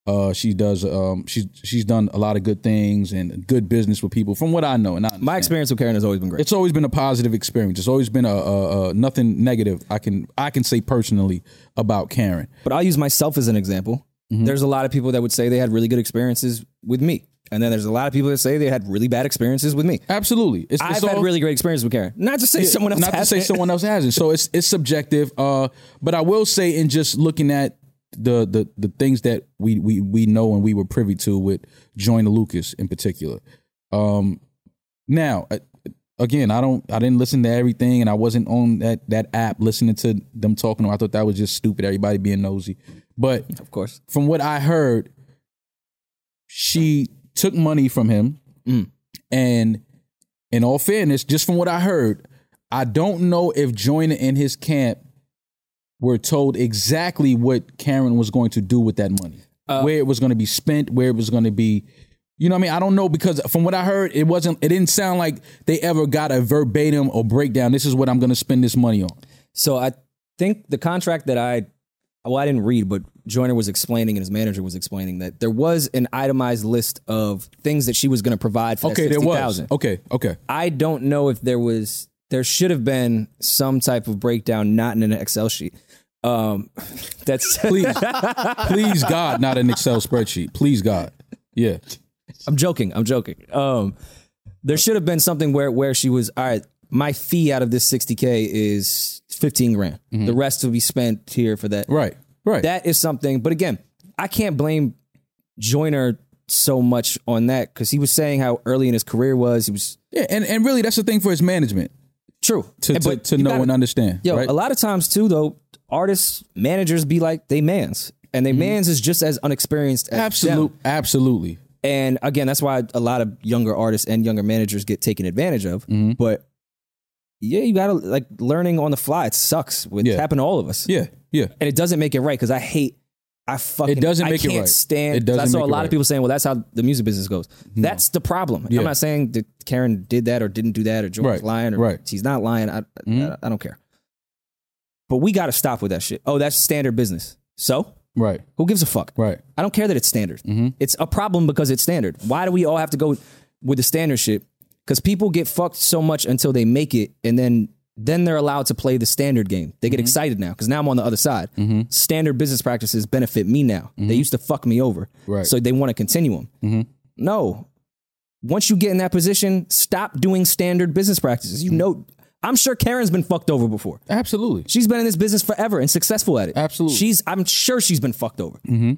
Uh, she does. Um, she's she's done a lot of good things and good business with people. From what I know, and I, My experience with Karen has always been great. it's always been a positive experience. It's always been a, a, a nothing negative. I can I can say personally about Karen. But I'll use myself as an example. Mm-hmm. There's a lot of people that would say they had really good experiences with me. And then there's a lot of people that say they had really bad experiences with me. Absolutely, it's, I've it's had all- really great experiences with Karen. Not to say someone else not to has say someone else hasn't. So it's it's subjective. Uh, but I will say, in just looking at the the the things that we we we know and we were privy to with Joyner Lucas in particular. Um, now uh, again, I don't I didn't listen to everything, and I wasn't on that that app listening to them talking. I thought that was just stupid. Everybody being nosy, but Of course. from what I heard, she took money from him. And in all fairness, just from what I heard, I don't know if Joyner and his camp were told exactly what Karen was going to do with that money, where it was going to be spent, where it was going to be. You know what I mean? I don't know because from what I heard, it wasn't. It didn't sound like they ever got a verbatim or breakdown. This is what I'm going to spend this money on. So I think the contract that I, well, I didn't read, but Joyner was explaining and his manager was explaining that there was an itemized list of things that she was going to provide for Okay, that there was. 60,000. Okay, okay. I don't know if there was, there should have been some type of breakdown, not in an Excel sheet. Um, that's, Please, please, God, not an Excel spreadsheet. Please, God. Yeah. I'm joking. I'm joking. Um, there should have been something where where she was. All right, my fee out of this 60k is 15 grand. The rest will be spent here for that. Mm-hmm. Right. Right. That is something. But again, I can't blame Joyner so much on that because he was saying how early in his career was. He was yeah. And, and really, that's the thing for his management true to, And- to, but to you know gotta- and understand. Yo, right? a lot of times too though, artists managers be like they mans. And they mans is just as unexperienced as them. Mm-hmm. Absolute, absolutely. And again, that's why a lot of younger artists and younger managers get taken advantage of. Mm-hmm. But yeah, you gotta like learning on the fly. It sucks. It Yeah. happened to all of us. Yeah. Yeah. And it doesn't make it right because I hate. I fucking. It doesn't I make it can't right. Stand. It doesn't I saw make a it lot right. Mm-hmm. of people saying, "Well, that's how the music business goes." That's the problem. Yeah. I'm not saying that Karen did that or didn't do that or Jordan's Right. Mm-hmm. lying or Right. she's not lying. I, I, I don't care. But we got to stop with that shit. Oh, that's standard business. So Right. who gives a fuck? Right. I don't care that it's standard. Mm-hmm. It's a problem because it's standard. Why do we all have to go with, with the standard shit? Because people get fucked so much until they make it, and then then they're allowed to play the standard game. They get Mm-hmm. excited now because now I'm on the other side. Standard business practices benefit me now. They used to fuck me over, Mm-hmm. Right. Mm-hmm. so they want to continue them. No, once you get in that position, stop doing standard business practices. Mm-hmm. You know, I'm sure Karen's been fucked over before. Absolutely. She's been in this business forever and successful at it. Absolutely. She's I'm sure she's been fucked over. Mm-hmm.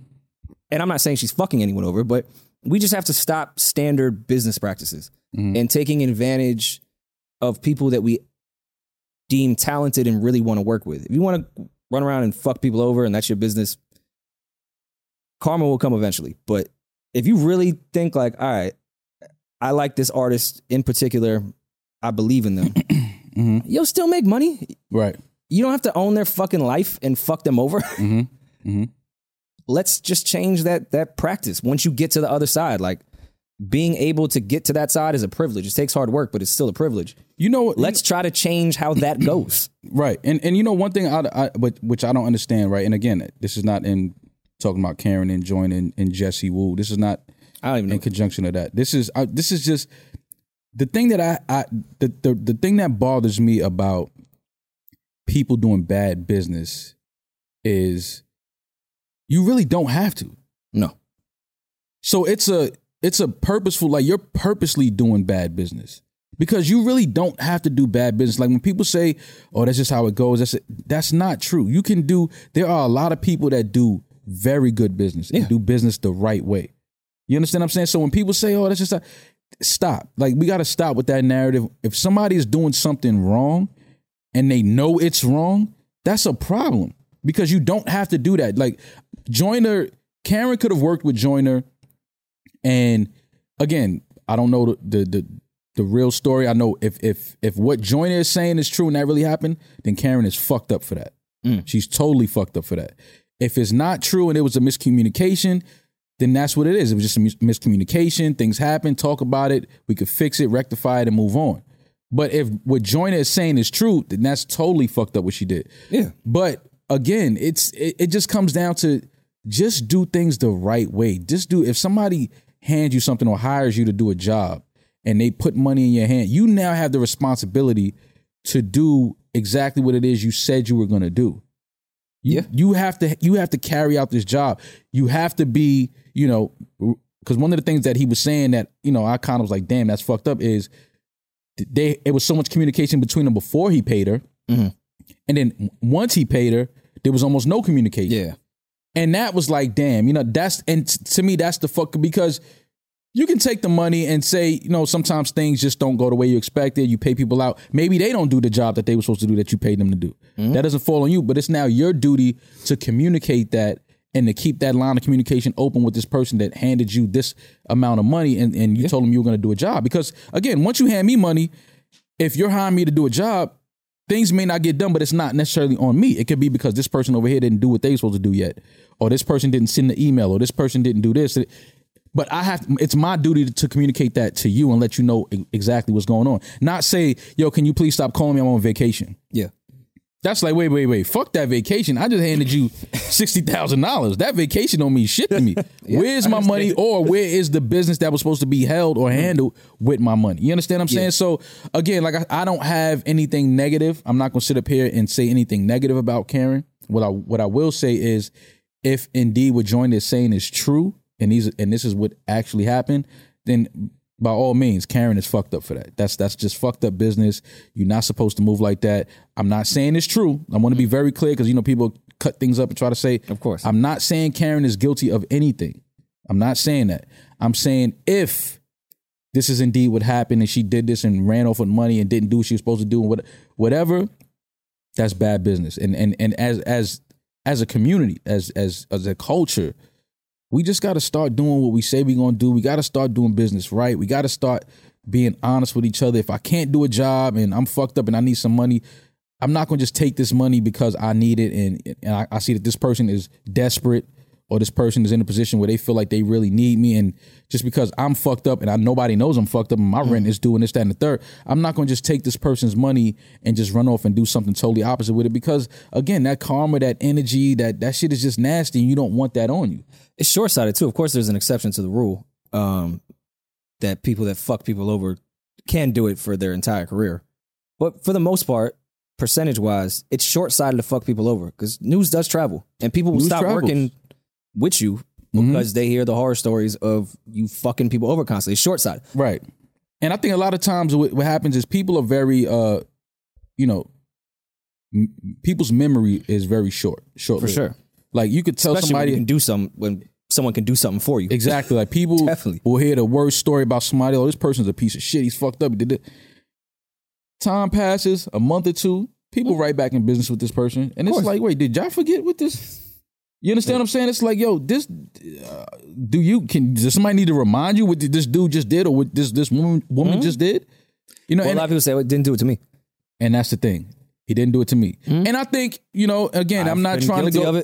And I'm not saying she's fucking anyone over, but we just have to stop standard business practices and taking advantage of people that we deem talented and really want to work with. If you want to run around and fuck people over and that's your business, karma will come eventually. But if you really think like, all right, I like this artist in particular, I believe in them, you'll still make money Right. you don't have to own their fucking life and fuck them over. Mm-hmm. Let's just change that that practice. Once you get to the other side, like being able to get to that side is a privilege. It takes hard work, but it's still a privilege. You know what? Let's try to change how that goes. right and and you know one thing i, I but which i don't understand right and again this is not in talking about karen and join and, and jesse wu this is not I don't even in know. conjunction of that this is I, this is just the thing that i i the, the the thing that bothers me about people doing bad business is you really don't have to No. so it's a it's a purposeful like you're purposely doing bad business because you really don't have to do bad business. Like when people say, "Oh, that's just how it goes," that's that's not true. You can do. There are a lot of people that do very good business and Yeah. do business the right way. You understand what I'm saying? So when people say, "Oh, that's just," how, stop. Like we got to stop with that narrative. If somebody is doing something wrong and they know it's wrong, that's a problem because you don't have to do that. Like Joyner, Karen could have worked with Joyner, and again, I don't know the the the, the real story. I know if if if what Joyner is saying is true and that really happened, then Karen is fucked up for that. She's totally fucked up for that. If it's not true and it was a miscommunication, then that's what it is. It was just a mis- miscommunication. Things happen. Talk about it. We could fix it, rectify it, and move on. But if what Joyner is saying is true, then that's totally fucked up what she did. Yeah. But again, it's it, it just comes down to just do things the right way. Just do if somebody hands you something or hires you to do a job and they put money in your hand, you now have the responsibility to do exactly what it is you said you were going to do. You, Yeah. you have to you have to carry out this job. You have to be, you know, because one of the things that he was saying that you know I kind of was like, damn, that's fucked up. Is they it was so much communication between them before he paid her, Mm-hmm. and then w- once he paid her, there was almost no communication. Yeah. And that was like, damn, you know, that's and t- to me, that's the fuck because you can take the money and say, you know, sometimes things just don't go the way you expected. You pay people out. Maybe they don't do the job that they were supposed to do that you paid them to do. That doesn't fall on you, but it's now your duty to communicate that and to keep that line of communication open with this person that handed you this amount of money and, and you told them you were going to do a job. Because again, once you hand me money, if you're hiring me to do a job, things may not get done, but it's not necessarily on me. It could be because this person over here didn't do what they were supposed to do yet, or this person didn't send the email, or this person didn't do this. But I have it's my duty to communicate that to you and let you know e- exactly what's going on. Not say, yo, can you please stop calling me? I'm on vacation. Yeah. That's like, wait, wait, wait. Fuck that vacation. I just handed you sixty thousand dollars. That vacation don't mean shit to me. Where's my money, or where is the business that was supposed to be held or handled with my money? You understand what I'm saying? So again, like I, I don't have anything negative. I'm not gonna sit up here and say anything negative about Karen. What I what I will say is, if indeed what Join is saying is true, and these and this is what actually happened, then by all means, Karen is fucked up for that. That's that's just fucked up business. You're not supposed to move like that. I'm not saying it's true. I want to be very clear because you know people cut things up and try to say. Mm. Of course. I'm not saying Karen is guilty of anything. I'm not saying that. I'm saying if this is indeed what happened and she did this and ran off with money and didn't do what she was supposed to do and what whatever, that's bad business. And and and as as as a community, as as as a culture, we just got to start doing what we say we're going to do. We got to start doing business right. We got to start being honest with each other. If I can't do a job and I'm fucked up and I need some money, I'm not going to just take this money because I need it and, and I, I see that this person is desperate or this person is in a position where they feel like they really need me and just because I'm fucked up and I, nobody knows I'm fucked up and my rent is due and this, that, and the third, I'm not going to just take this person's money and just run off and do something totally opposite with it because again, that karma, that energy, that that shit is just nasty and you don't want that on you. It's short sighted too. Of course, there's an exception to the rule um, that people that fuck people over can do it for their entire career, but for the most part, percentage wise, it's short sighted to fuck people over because news does travel and people will News stop travels. working with you Mhm. because they hear the horror stories of you fucking people over constantly. It's short sighted. Right. And I think a lot of times what, what happens is people are very, uh, you know, m- people's memory is very short, short sure. Like you could tell Especially somebody when you can do some when someone can do something for you. exactly like people Definitely. will hear the worst story about somebody. Oh, this person's a piece of shit. He's fucked up. He did it. Time passes, a month or two. People right back in business with this person, and it's Mm-hmm. course. like, wait, did y'all forget what this? You understand what I'm saying? It's like, yo, this. Uh, do you can does somebody need to remind you what this dude just did or what this this woman woman just did? You Mm-hmm. know, Well, and- a lot of people say well, it didn't do it to me. and that's the thing. He didn't do it to me. And I think, you know, again, i am Mm-hmm. not Been trying to guilty go. of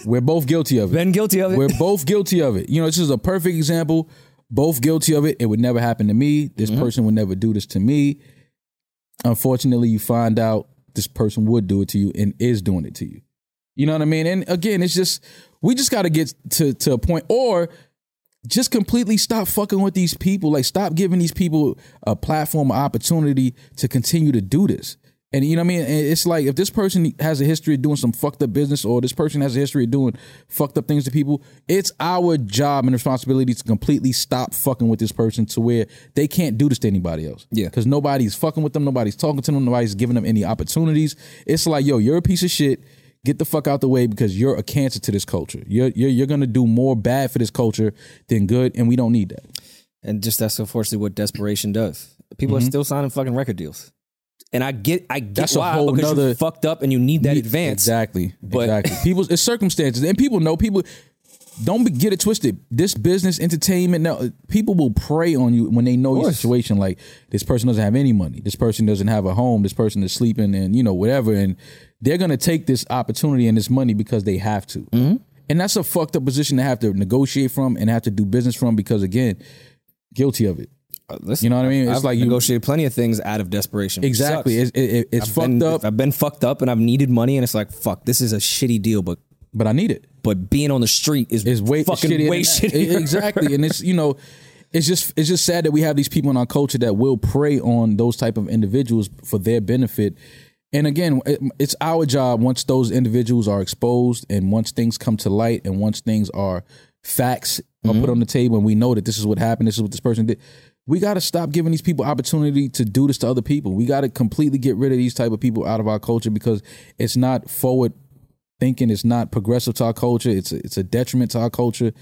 it. We're both guilty of it. Been guilty of it. We're both guilty of it. You know, this is a perfect example. Both guilty of it. It would never happen to me. This Mm-hmm. person would never do this to me. Unfortunately, you find out this person would do it to you and is doing it to you. You know what I mean? And again, it's just we just got to get to to a point or just completely stop fucking with these people. Like stop giving these people a platform, an opportunity to continue to do this. And you know what I mean? And It's like if this person has a history of doing some fucked up business or this person has a history of doing fucked up things to people, it's our job and responsibility to completely stop fucking with this person to where they can't do this to anybody else. Yeah. Because nobody's fucking with them, nobody's talking to them, nobody's giving them any opportunities. It's like, yo, you're a piece of shit get the fuck out the way because you're a cancer to this culture. You're you're, you're going to do more bad for this culture than good, and we don't need that. and just that's unfortunately what desperation does. People are still signing fucking record deals, and I get, I get Mm-hmm. That's a why whole because nother- you fucked up and you need that advance. exactly, but- exactly. People, it's circumstances, and people know people. Don't be, get it twisted. This business, entertainment, now people will prey on you when they know your course. situation. Like this person doesn't have any money. This person doesn't have a home. This person is sleeping, and you know whatever. And they're gonna take this opportunity and this money because they have to. Mm-hmm. And that's a fucked up position to have to negotiate from and have to do business from because again, guilty of it. Uh, listen, You know what I mean? It's I've like you- negotiated plenty of things out of desperation. which Exactly. sucks. It's, it, it- it's I've fucked been- up, I've been fucked up, and I've needed money, and it's like fuck, this is a shitty deal, but but I need it. but being on the street is It's way fucking shittier way than that. shitty. E- Exactly. And it's, you know, it's just it's just sad that we have these people in our culture that will prey on those type of individuals for their benefit. And again, it- it's our job once those individuals are exposed and once things come to light and once things are facts are put on the table and we know that this is what happened, this is what this person did. We got to stop giving these people opportunity to do this to other people. We got to completely get rid of these type of people out of our culture because it's not forward thinking it's not progressive to our culture. It's a, it's a detriment to our culture.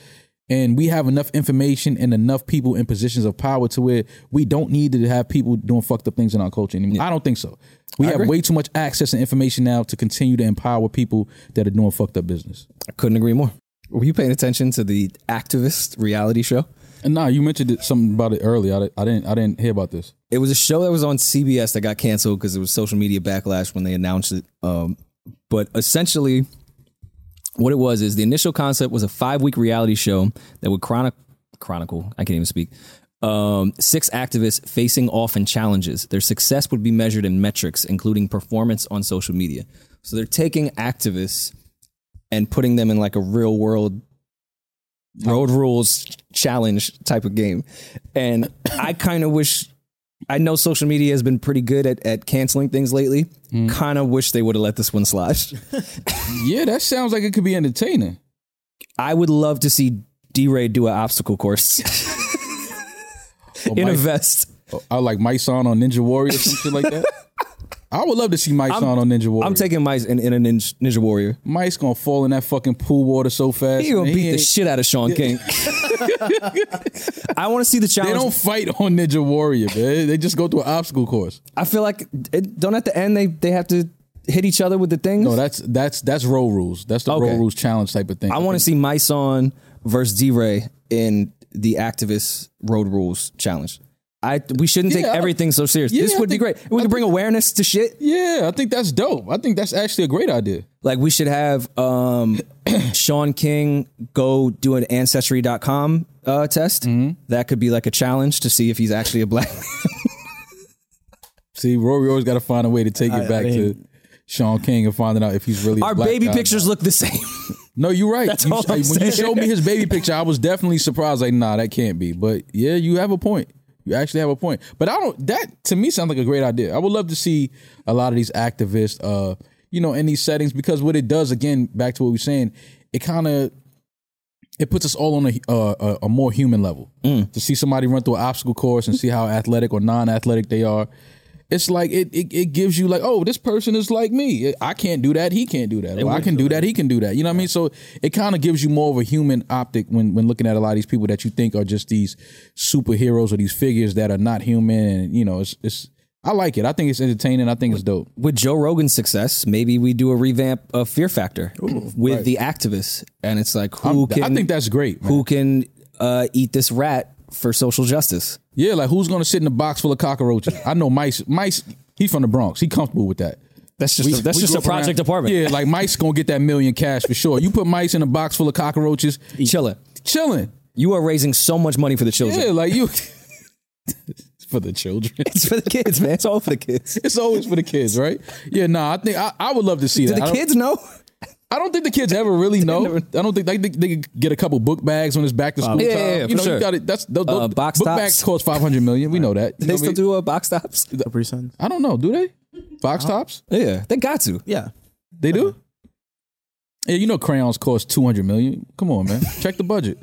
And we have enough information and enough people in positions of power to where we don't need to have people doing fucked up things in our culture anymore. I don't think so. We have way too much access and information now to continue to empower people that are doing fucked up business. I couldn't agree more. Were you paying attention to the activist reality show? And nah, you mentioned it, something about it earlier. I, di- I didn't I didn't hear about this. It was a show that was on CBS that got canceled because it was social media backlash when they announced it. Um, but essentially, what it was is the initial concept was a five week reality show that would chronic- chronicle, I can't even speak, um, six activists facing off in challenges. Their success would be measured in metrics, including performance on social media. So they're taking activists and putting them in like a real world road rules challenge type of game. And I kind of wish I know social media has been pretty good at, at canceling things lately. Mm. Kind of wish they would have let this one slide. Yeah, that sounds like it could be entertaining. I would love to see D Ray do an obstacle course Or in a Oh, Mike- vest. Oh, I like Mike Son on Ninja Warrior or something like that. I would love to see Mike Son on Ninja Warrior. I'm taking my in, in a ninja, ninja warrior. Mike's gonna fall in that fucking pool water so fast. He gonna man. beat the ain't- shit out of Sean King. I want to see the They challenge. don't fight on Ninja Warrior, man. They just go through an obstacle course. I feel like it, don't at the end they they have to hit each other with the things. No, that's that's that's roll rules. That's the Okay. roll rules challenge type of thing. I want to see Myson versus D Ray in the activist road rules challenge. I we shouldn't take Yeah, I- everything so serious. Yeah, this I would be think- great. We I could bring awareness to shit. Yeah, I think that's dope. I think that's actually a great idea. Like we should have um, Sean King go do an ancestry.com uh, test. Mm-hmm. That could be like a challenge to see if he's actually a black. See, Rory always got to find a way to take it back to Sean King and finding out if he's really a Our black baby guy. pictures look the same. No, you're right. That's you, all I'm when you saying. showed me his baby picture, I was definitely surprised. Like, nah, that can't be. But yeah, you have a point. You actually have a point. But I don't. That to me sounds like a great idea. I would love to see a lot of these activists, uh, you know, in these settings because what it does, again, back to what we we're saying, it kind of it puts us all on a uh, a, a more human level. To see somebody run through an obstacle course and see how athletic or non-athletic they are, it's like it, it it gives you like, oh, this person is like me. I can't do that. He can't do that. Or I can do that. He can do that. You know what I mean? So it kind of gives you more of a human optic when when looking at a lot of these people that you think are just these superheroes or these figures that are not human. And you know, it's it's. I like it. I think it's entertaining. I think it's dope. With Joe Rogan's success, maybe we do a revamp of Fear Factor with the activists, and it's like who can I think that's great. man. who can uh, eat this rat for social justice. Yeah, like who's gonna sit in a box full of cockroaches? I know mice. Mice. He's from the Bronx. He comfortable with that. That's just that's We just a grew up around- project apartment. Yeah, like mice gonna get that million cash for sure. You put mice in a box full of cockroaches, Chilling. chilling. You are raising so much money for the children. Yeah, like you. it's for the children. It's for the kids, man. It's all for the kids. It's always for the kids, right? Yeah, nah. I think I, I would love to see Do that. I the don't- kids know? I don't think the kids ever really know. never- I don't think they, they, they could get a couple book bags when it's back to school Yeah, time. yeah, yeah, for you know, sure. you got it. That's those, Uh, those- box book tops. bags cost five hundred million. We know that. You know They what I still do mean? uh, box tops. Capri Suns. I don't know. Do they? Uh, Box tops? Yeah, they got to. Yeah. They do. Uh-huh. Yeah, you know crayons cost two hundred million. Come on, man. Check the budget.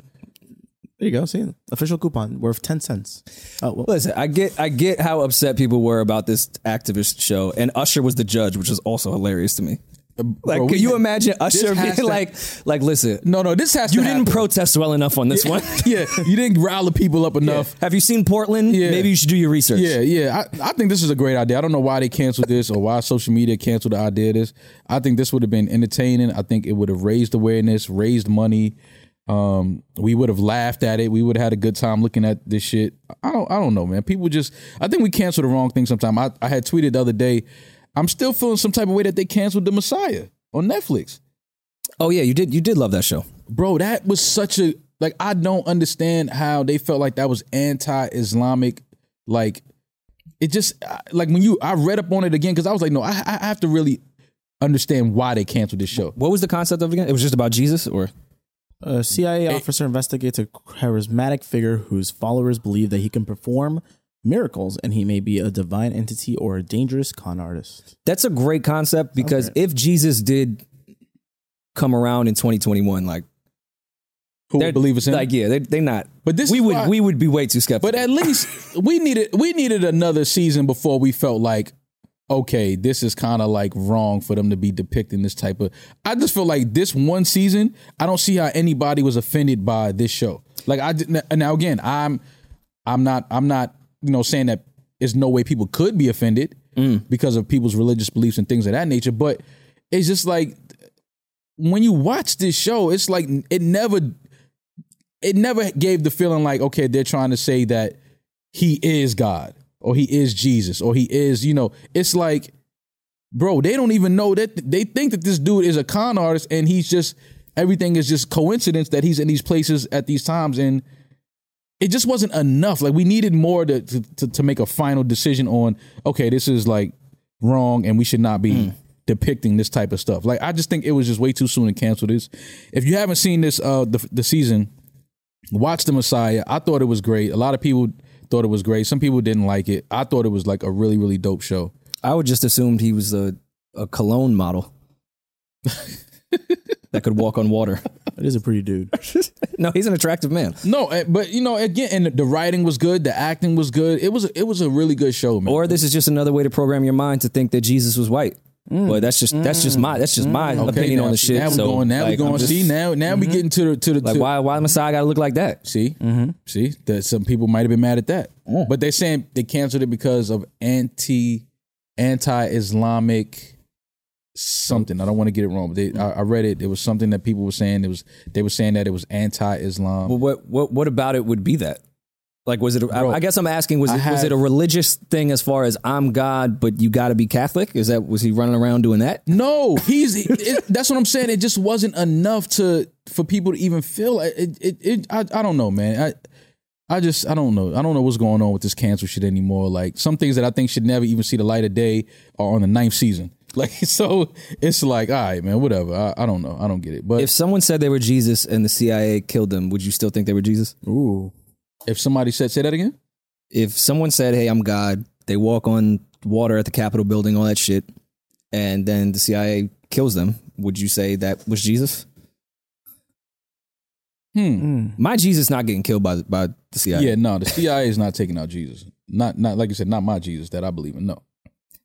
There you go. See, official coupon worth ten cents. Oh, well, Listen, I get I get how upset people were about this activist show, and Usher was the judge, which is also hilarious to me. Like, can bro, we- you imagine Usher has being to- like, like, listen, No, no, this has you to didn't happen. protest well enough on this one. yeah, you didn't rile the people up enough. Have you seen Portland? Yeah. Maybe you should do your research. Yeah, yeah. I, I think this is a great idea. I don't know why they canceled this or why social media canceled the idea of this. I think this would have been entertaining. I think it would have raised awareness, raised money. Um, we would have laughed at it. We would have had a good time looking at this shit. I don't I don't know, man. People just I think we cancel the wrong thing sometimes. I, I had tweeted the other day, I'm still feeling some type of way that they canceled the Messiah on Netflix Oh yeah, you did. You did love that show. bro that was such a like i don't understand how they felt like that was anti-islamic like it just I- like when you i read up on it again because i was like no I, I have to really understand why they canceled this show What was the concept of it again? It was just about Jesus, or a CIA officer investigates a charismatic figure whose followers believe that he can perform miracles, and he may be a divine entity or a dangerous con artist. that's a great concept because if Jesus did come around in 2021, like who they're would believe it's in Like yeah, they they not. But this we is would why- we would be way too skeptical. but at least we needed we needed another season before we felt like okay this is kind of like wrong for them to be depicting this type of i just feel like this one season i don't see how anybody was offended by this show like i didn't and now again i'm i'm not i'm not you know saying that there's no way people could be offended because of people's religious beliefs and things of that nature but it's just like when you watch this show it's like it never it never gave the feeling like okay they're trying to say that he is god or he is jesus or he is you know it's like bro they don't even know that they think that this dude is a con artist and he's just everything is just coincidence that he's in these places at these times and it just wasn't enough like we needed more to to, to, to make a final decision on okay this is like wrong and we should not be depicting this type of stuff like i just think it was just way too soon to cancel this if you haven't seen this uh the, the season watch the messiah i thought it was great a lot of people thought it was great some people didn't like it i thought it was like a really really dope show I would just assumed he was a a cologne model that could walk on water. It is a pretty dude. No, he's an attractive man. no eh, but you know again and the writing was good the acting was good it was it was a really good show man Or this is just another way to program your mind to think that Jesus was white. But that's just that's just my that's just my opinion Mm. now, on the see, shit. now so we going now like, we I'm going just- Mm-hmm. see now now we getting to the to the like to, why Mm-hmm. why Messiah got to look like that? See, see that some people might have been mad at that, Mm. but they're saying they canceled it because of anti anti Islamic something. I don't want to get it wrong, but they, I, I read it. It was something that people were saying. It was they were saying that it was anti Islam. Well, what what what about it would be that? Like, was it? a- I- Bro, I guess I'm asking, was I it, was have- it a religious thing as far as I'm God, but you got to be Catholic? Is that was he running around doing that? No, he's. it, that's what I'm saying. It just wasn't enough to for people to even feel. It. It. it, it I. I don't know, man. I. I just. I don't know. I don't know what's going on with this cancel shit anymore. Like some things that I think should never even see the light of day are on the ninth season. Like so, it's like, all right, man, whatever. I, I don't know. I don't get it. But If if, someone said they were Jesus and the CIA killed them, would you still think they were Jesus? Ooh. somebody said, say that again. If someone said, "Hey, I'm God," they walk on water at the Capitol building, all that shit, and then the CIA kills them, would you say that was Jesus? Hmm. Mm. My Jesus not getting killed by the- by the CIA. Yeah. No, the CIA is not taking out Jesus. Not. Not like you said. Not my Jesus that I believe in. No.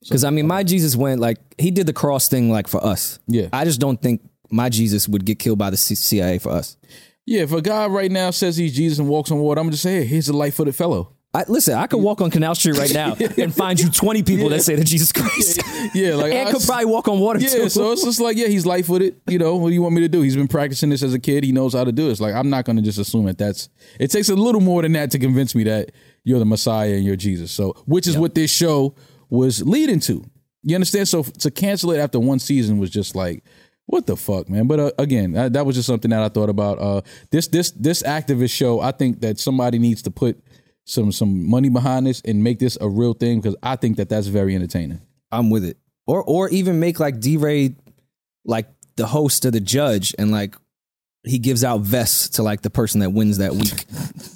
Because I mean, my Jesus went like he did the cross thing like for us. Yeah. I just don't think my Jesus would get killed by the C- CIA for us. Yeah. If a guy right now says he's Jesus and walks on water, I'm gonna say, hey, here's a light-footed fellow. I, listen, I could walk on Canal Street right now and find you 20 people that say that Jesus Christ. Yeah, like and I could probably walk on water Yeah, too. so it's just like, yeah, he's light footed. You know, what do you want me to do? He's been practicing this as a kid. He knows how to do it. It's like I'm not going to just assume that that's. It takes a little more than that to convince me that you're the Messiah and you're Jesus. So, which is what this show was leading to. You understand? So to cancel it after one season was just like, what the fuck, man. But uh, again, that, that was just something that I thought about. Uh, this this this activist show, I think that somebody needs to put some some money behind this and make this a real thing because I think that that's very entertaining. I'm with it. Or or even make like D-Ray like the host or the judge and like he gives out vests to like the person that wins that week.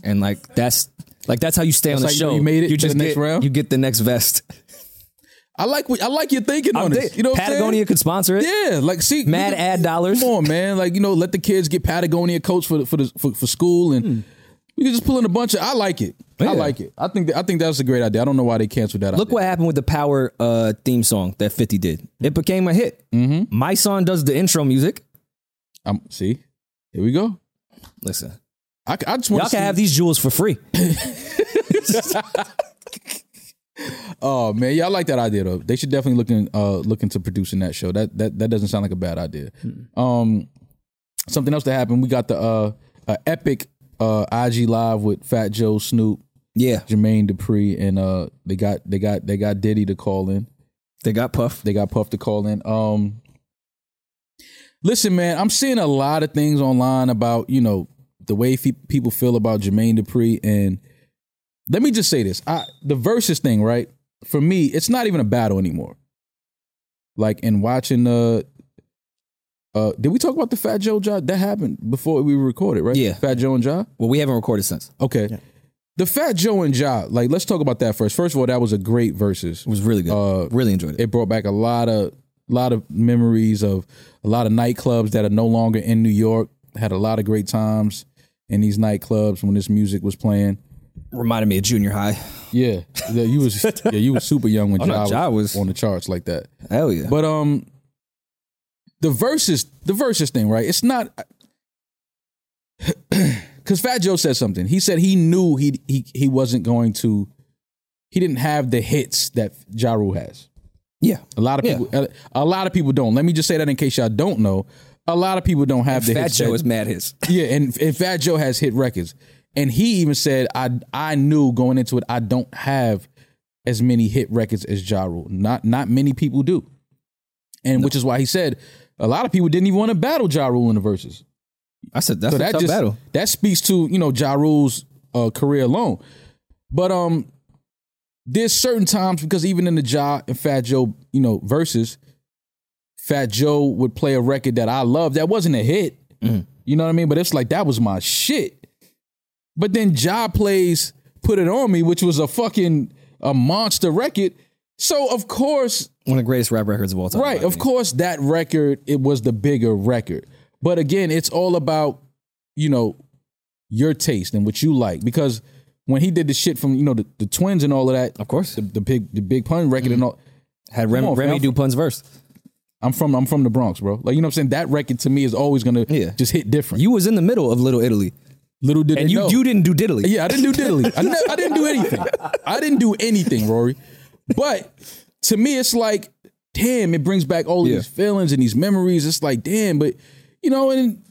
and like that's like that's how you stay on the how you show. know you made it to the next get, round? You get the next vest. I like what I like your thinking on this. You know, what I'm saying? Patagonia could sponsor it. Yeah, like see, Mad we- ad dollars. Come on, man. Like you know, let the kids get Patagonia coats for the, for, the, for for school, and we can just pull in a bunch of. I like it. Hmm. Yeah. I like it. I think that, I think that's a great idea. I don't know why they canceled that. Look idea. what happened with the Power uh, theme song that 50 did. It became a hit. Mm-hmm. My son does the intro music. I'm see. Here we go. Listen, I, I just y'all want to can have these jewels for free. Oh man, yeah, I like that idea though. They should definitely look in, uh, look into producing that show. That that that doesn't sound like a bad idea. Hmm. Um, something else that happened. We got the uh, uh epic uh IG live with Fat Joe, Snoop, Yeah, Jermaine Dupri, and uh they got they got they got Diddy to call in. they got Puff. They got Puff to call in. Um, listen, man, I'm seeing a lot of things online about you know the way fe- people feel about Jermaine Dupri, and let me just say this: I, the versus thing, right? For me, it's not even a battle anymore. Like in watching the. Uh, did we talk about the Fat Joe job that happened before we recorded, right? Yeah. Fat Joe and Ja. Well, we haven't recorded since. Okay, the Fat Joe and Ja. Like, let's talk about that first. First of all, that was a great versus It was really good. Uh, really enjoyed it. it brought back a lot of lot of memories of a lot of nightclubs that are no longer in New York. Had a lot of great times in these nightclubs when this music was playing. Reminded me of junior high. Yeah, yeah you was yeah you was super young when Oh, no, Ja, Ja was, was- on the charts like that. Hell yeah. But um, the verses the verses thing, right? It's not because Fat Joe said something. He said he knew he he he wasn't going to. He didn't have the hits that Ja Rule has. yeah. A lot of Yeah. people, a, a lot of people don't. Let me just say that in case y'all don't know, a lot of people don't have the Fat hits Joe that- is mad his. yeah, and, and Fat Joe has hit records, and he even said, "I I knew going into it, I don't have as many hit records as Ja Rule. Not not many people do, and which is why he said a lot of people didn't even want to battle Ja Rule in the verses. I said that's So a that tough just battle. that speaks to you know Ja Rule's uh, career alone. But um, there's certain times because even in the Ja and Fat Joe you know verses, Fat Joe would play a record that I love that wasn't a hit. Mm-hmm. You know what I mean? But it's like that was my shit. But then Ja plays "Put It On Me," which was a fucking a monster record. So of course One of the greatest rap records of all time. in Right. my Of opinion. course, that record, it was the bigger record. But again, it's all about, you know, your taste and what you like. Because when he did the shit from, you know, the, the twins and all of that, Of course. Mm-hmm. the, the big the big pun record and all Had Rem, Come on, Remy fam. Dupun's verse. I'm from I'm from the Bronx, bro. Like you know what I'm saying? That record to me is always gonna Yeah. just hit different. You was in the middle of Little Italy, little did and they you know. you didn't do diddly. Yeah, I didn't do diddly. I, ne- I didn't do anything. I didn't do anything, Rory. But to me, it's like, damn, it brings back all of Yeah. these feelings and these memories. It's like, damn, but you know, and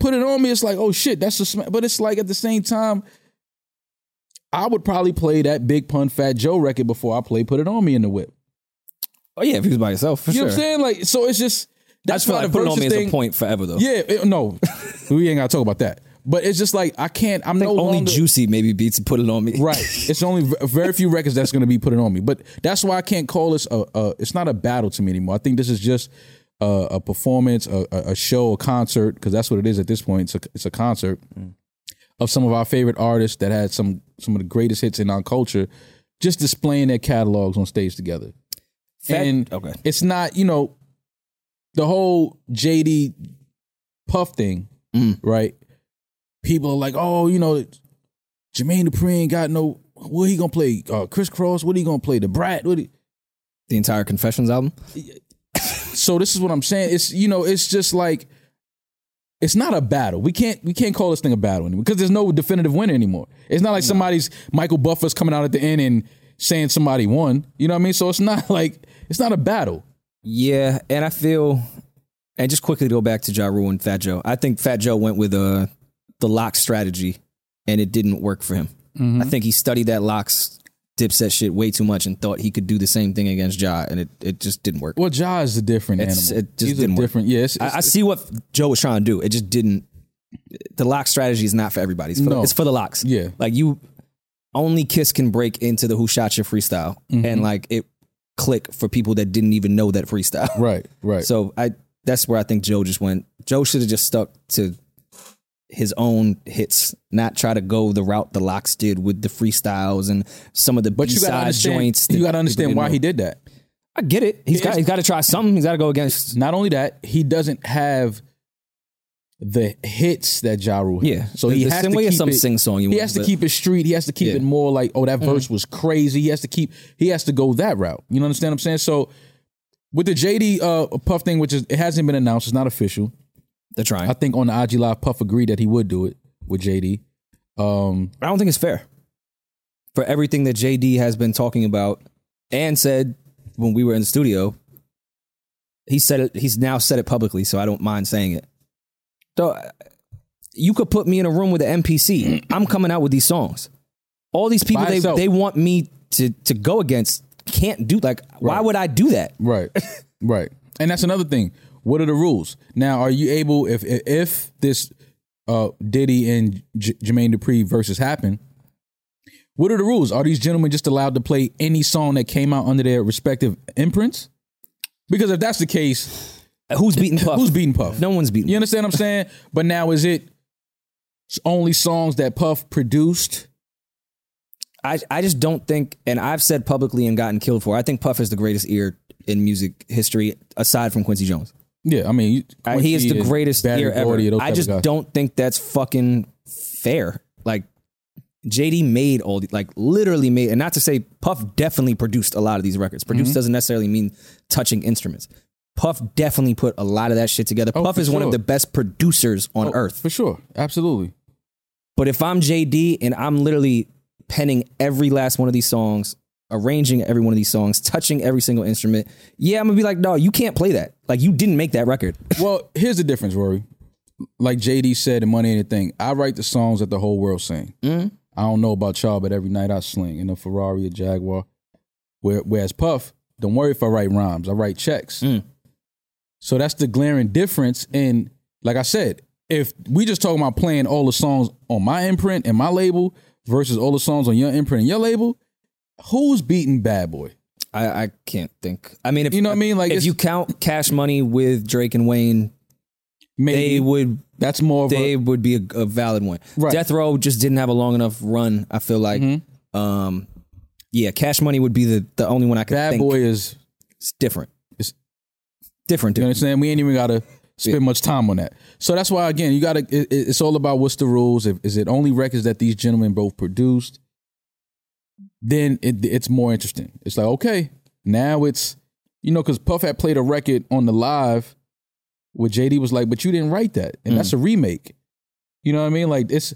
put it on me. It's like, oh shit, that's a sm-. But it's like at the same time, I would probably play that Big Pun Fat Joe record before I play Put It On Me in the Whip. Oh yeah, if he was by himself, for You sure. know what I'm saying? Like, so it's just I that's just feel why like the putting on versus me as a thing- point forever though. Yeah, it- no, we ain't gotta talk about that. But it's just like I can't. I'm no only longer, Juicy maybe beats put it on me. Right. It's only v- very few records that's going to be put it on me. But that's why I can't call this a, a it's not a battle to me anymore. I think this is just a, a performance, a, a a show, a concert, because that's what it is at this point. It's a, it's a concert of some of our favorite artists that had some some of the greatest hits in our culture, just displaying their catalogs on stage together. Fat- and okay. it's not, you know, the whole JD Puff thing, right? People are like, oh, you know, Jermaine Dupri ain't got no. What he gonna play? Uh, Chris Cross? What he gonna play? The Brat? What? He, The entire Confessions album. so this is what I'm saying. It's you know, it's just like it's not a battle. We can't we can't call this thing a battle anymore because there's no definitive winner anymore. It's not like somebody's Michael Buffer's coming out at the end and saying somebody won. You know what I mean? So it's not like it's not a battle. Yeah, and I feel, and just quickly go back to Ja Rule and Fat Joe. I think Fat Joe went with uh, the lock strategy, and it didn't work for him. I think he studied that locks dipset shit way too much and thought he could do the same thing against Ja, and it, it just didn't work. Well, Ja is a different It's- animal. it just He's a didn't work. different. Yeah, it's, it's, I, I see what Joe was trying to do. It just didn't. The lock strategy is not for everybody. It's for, No. it's for the locks. Yeah. like you, only Kiss can break into the Who Shot Your freestyle, Mm-hmm. and like it click for people that didn't even know that freestyle. right, right. So I that's where I think Joe just went. Joe should have just stuck to his own hits, not try to go the route the Locks did with the freestyles and some of the but you gotta B-side understand. joints. that you gotta people understand didn't why know. he did that. I get it. He's got he's got to try something. He's got to go against. Not only that, he doesn't have the hits that Ja Rule had. Yeah. So The- he the has same to way as keep some it, sing-song you He want, has to but- keep it street. He has to keep Yeah. Mm. it more like, oh, that verse was crazy. He has to keep he has to go that route. You know understand what I'm saying? So with the JD uh, Puff thing, which is it hasn't been announced, it's not official. They're trying. I think on the IG Live, Puff agreed that he would do it with JD. Um, I don't think it's fair for everything that JD has been talking about and said when we were in the studio. He said it. He's now said it publicly, so I don't mind saying it. So uh, you could put me in a room with an NPC. I'm coming out with these songs. All these people By they, itself. they want me to to go against can't do. Like, why would I do that? Right. right. And that's another thing. What are the rules? Now, are you able if if- if this uh Diddy and J- Jermaine Dupri versus happen? What are the rules? Are these gentlemen just allowed to play any song that came out under their respective imprints? Because if that's the case, Who's beating Puff? who's beating Puff? No one's beating. You understand what I'm saying? But now is it only songs that Puff produced? I, I just don't think, and I've said publicly and gotten killed for. it, I think Puff is the greatest ear in music history, aside from Quincy Jones. Yeah, I mean, you- I- Uh, he is the Quincy and greatest Barry ear ever. Gordy, those type I of just guys. don't think that's fucking fair. Like JD made all the, like literally made, and not to say Puff definitely produced a lot of these records. Mm-hmm. Produced doesn't necessarily mean touching instruments. Puff definitely put a lot of that shit together. Oh, Puff for is one of sure. the best producers on Oh, earth. for sure, absolutely. But if I'm JD and I'm literally penning every last one of these songs, arranging every one of these songs, touching every single instrument, yeah, I'm gonna be like, no, you can't play that. Like you didn't make that record. Well, here's the difference, Rory. Like JD said in Money Ain't a Thing, I write the songs that the whole world sing. Mm-hmm. I don't know about y'all, but every night I sling in a Ferrari, a Jaguar. Where, whereas Puff, don't worry if I write rhymes, I write checks. Mm. So that's the glaring difference. And like I said, if we just talking about playing all the songs on my imprint and my label versus all the songs on your imprint and your label, who's beating Bad Boy? I, I can't think. I mean, if You know what I mean? Like if it's- you count Cash Money with Drake and Wayne, Maybe they would that's more of they a would be a, a valid one. Right. Death Row just didn't have a long enough run. I feel like, Mm-hmm. um, yeah, Cash Money would be the the only one I could Bad think. Boy is It's different. It's- different. You Different. understand? We ain't even gotta spend much time on that. So that's why again, you gotta. It, it- it's all about what's the rules. If, is it only records that these gentlemen both produced? Then it, it's more interesting. It's like okay, now it's you know because Puff had played a record on the live where JD was like, but you didn't write that, and Mm. that's a remake. You know what I mean? Like it's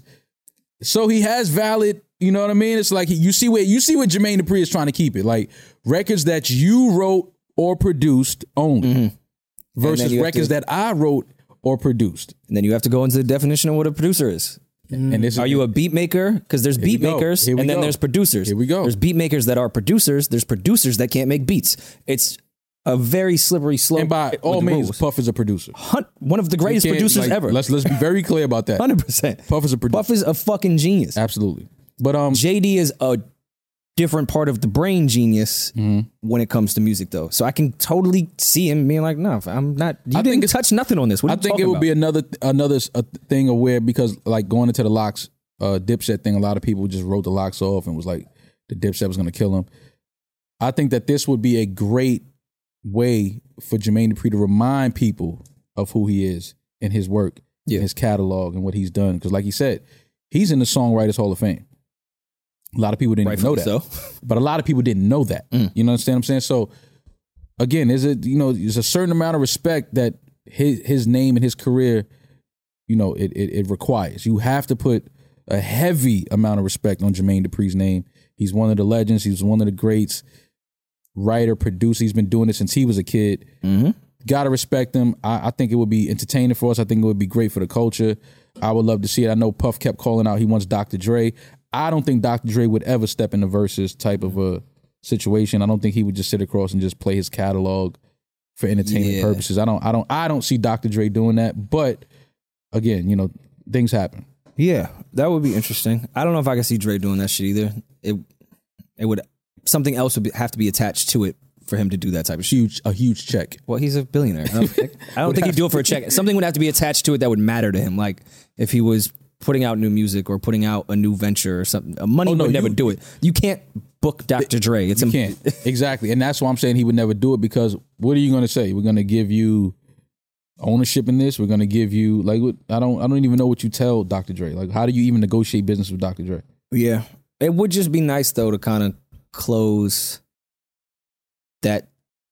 so he has valid. You know what I mean? It's like you see what you see what Jermaine Dupri is trying to keep it like records that you wrote or produced only Mm-hmm. And then versus you have records to- that I wrote or produced. And then you have to go into the definition of what a producer is. And this Mm. Are you a beat maker? Because there's beat we go. makers Here we and then go. there's producers. Here we go. There's beat makers that are producers. There's producers that can't make beats. It's a very slippery slope. and by with all the means, rules. Puff is a producer. Hun- one of the greatest Can't, producers like, ever. Let's let's be very clear about that. 100%. Puff is a producer. Buff is a fucking genius. Absolutely. But um, JD is a different part of the brain genius Mm-hmm. when it comes to music, though. So I can totally see him being like, "No, I'm not. You I think didn't it's- touch nothing on this. What are I you think talking it would about? be another another s- a thing of where because like going into the locks uh, dipset thing, a lot of people just wrote the locks off and was like the dipset was going to kill him. I think that this would be a great way for Jermaine Dupri to remind people of who he is and his work, Yeah. and his catalog, and what he's done. Because like he said, he's in the Songwriters Hall of Fame. A lot of people didn't even know Rightfully that so. but a lot of people didn't know that. You know, understand what I'm saying? So again, is it you know, there's a certain amount of respect that his his name and his career, you know, it it, it requires. You have to put a heavy amount of respect on Jermaine Dupri's name. He's one of the legends. He's one of the greats. Writer, producer. He's been doing it since he was a kid. Gotta respect him. I, I think it would be entertaining for us. I think it would be great for the culture. I would love to see it. I know Puff kept calling out he wants Dr. Dre. I don't think Dr. Dre would ever step into versus type of a situation. I don't think he would just sit across and just play his catalog for entertainment Yeah. purposes. I don't I don't I don't see Dr. Dre doing that. But again, you know, things happen. Yeah, that would be interesting. I don't know if I could see Dre doing that shit either. It it would something else would be, have to be attached to it for him to do that type of shit. Huge a huge check. Well, he's a billionaire. I don't think, I don't think he'd do it for a check. Something would have to be attached to it that would matter to him. Like if he was putting out new music or putting out a new venture or something. Uh, Money Oh, no, would never you- do it. You can't book Dr. Dre. It's You im- can't. exactly. And that's why I'm saying he would never do it because what are you going to say? We're going to give you ownership in this. We're going to give you like what I don't I don't even know what you tell Dr. Dre. Like how do you even negotiate business with Dr. Dre? Yeah. It would just be nice though to kind of close that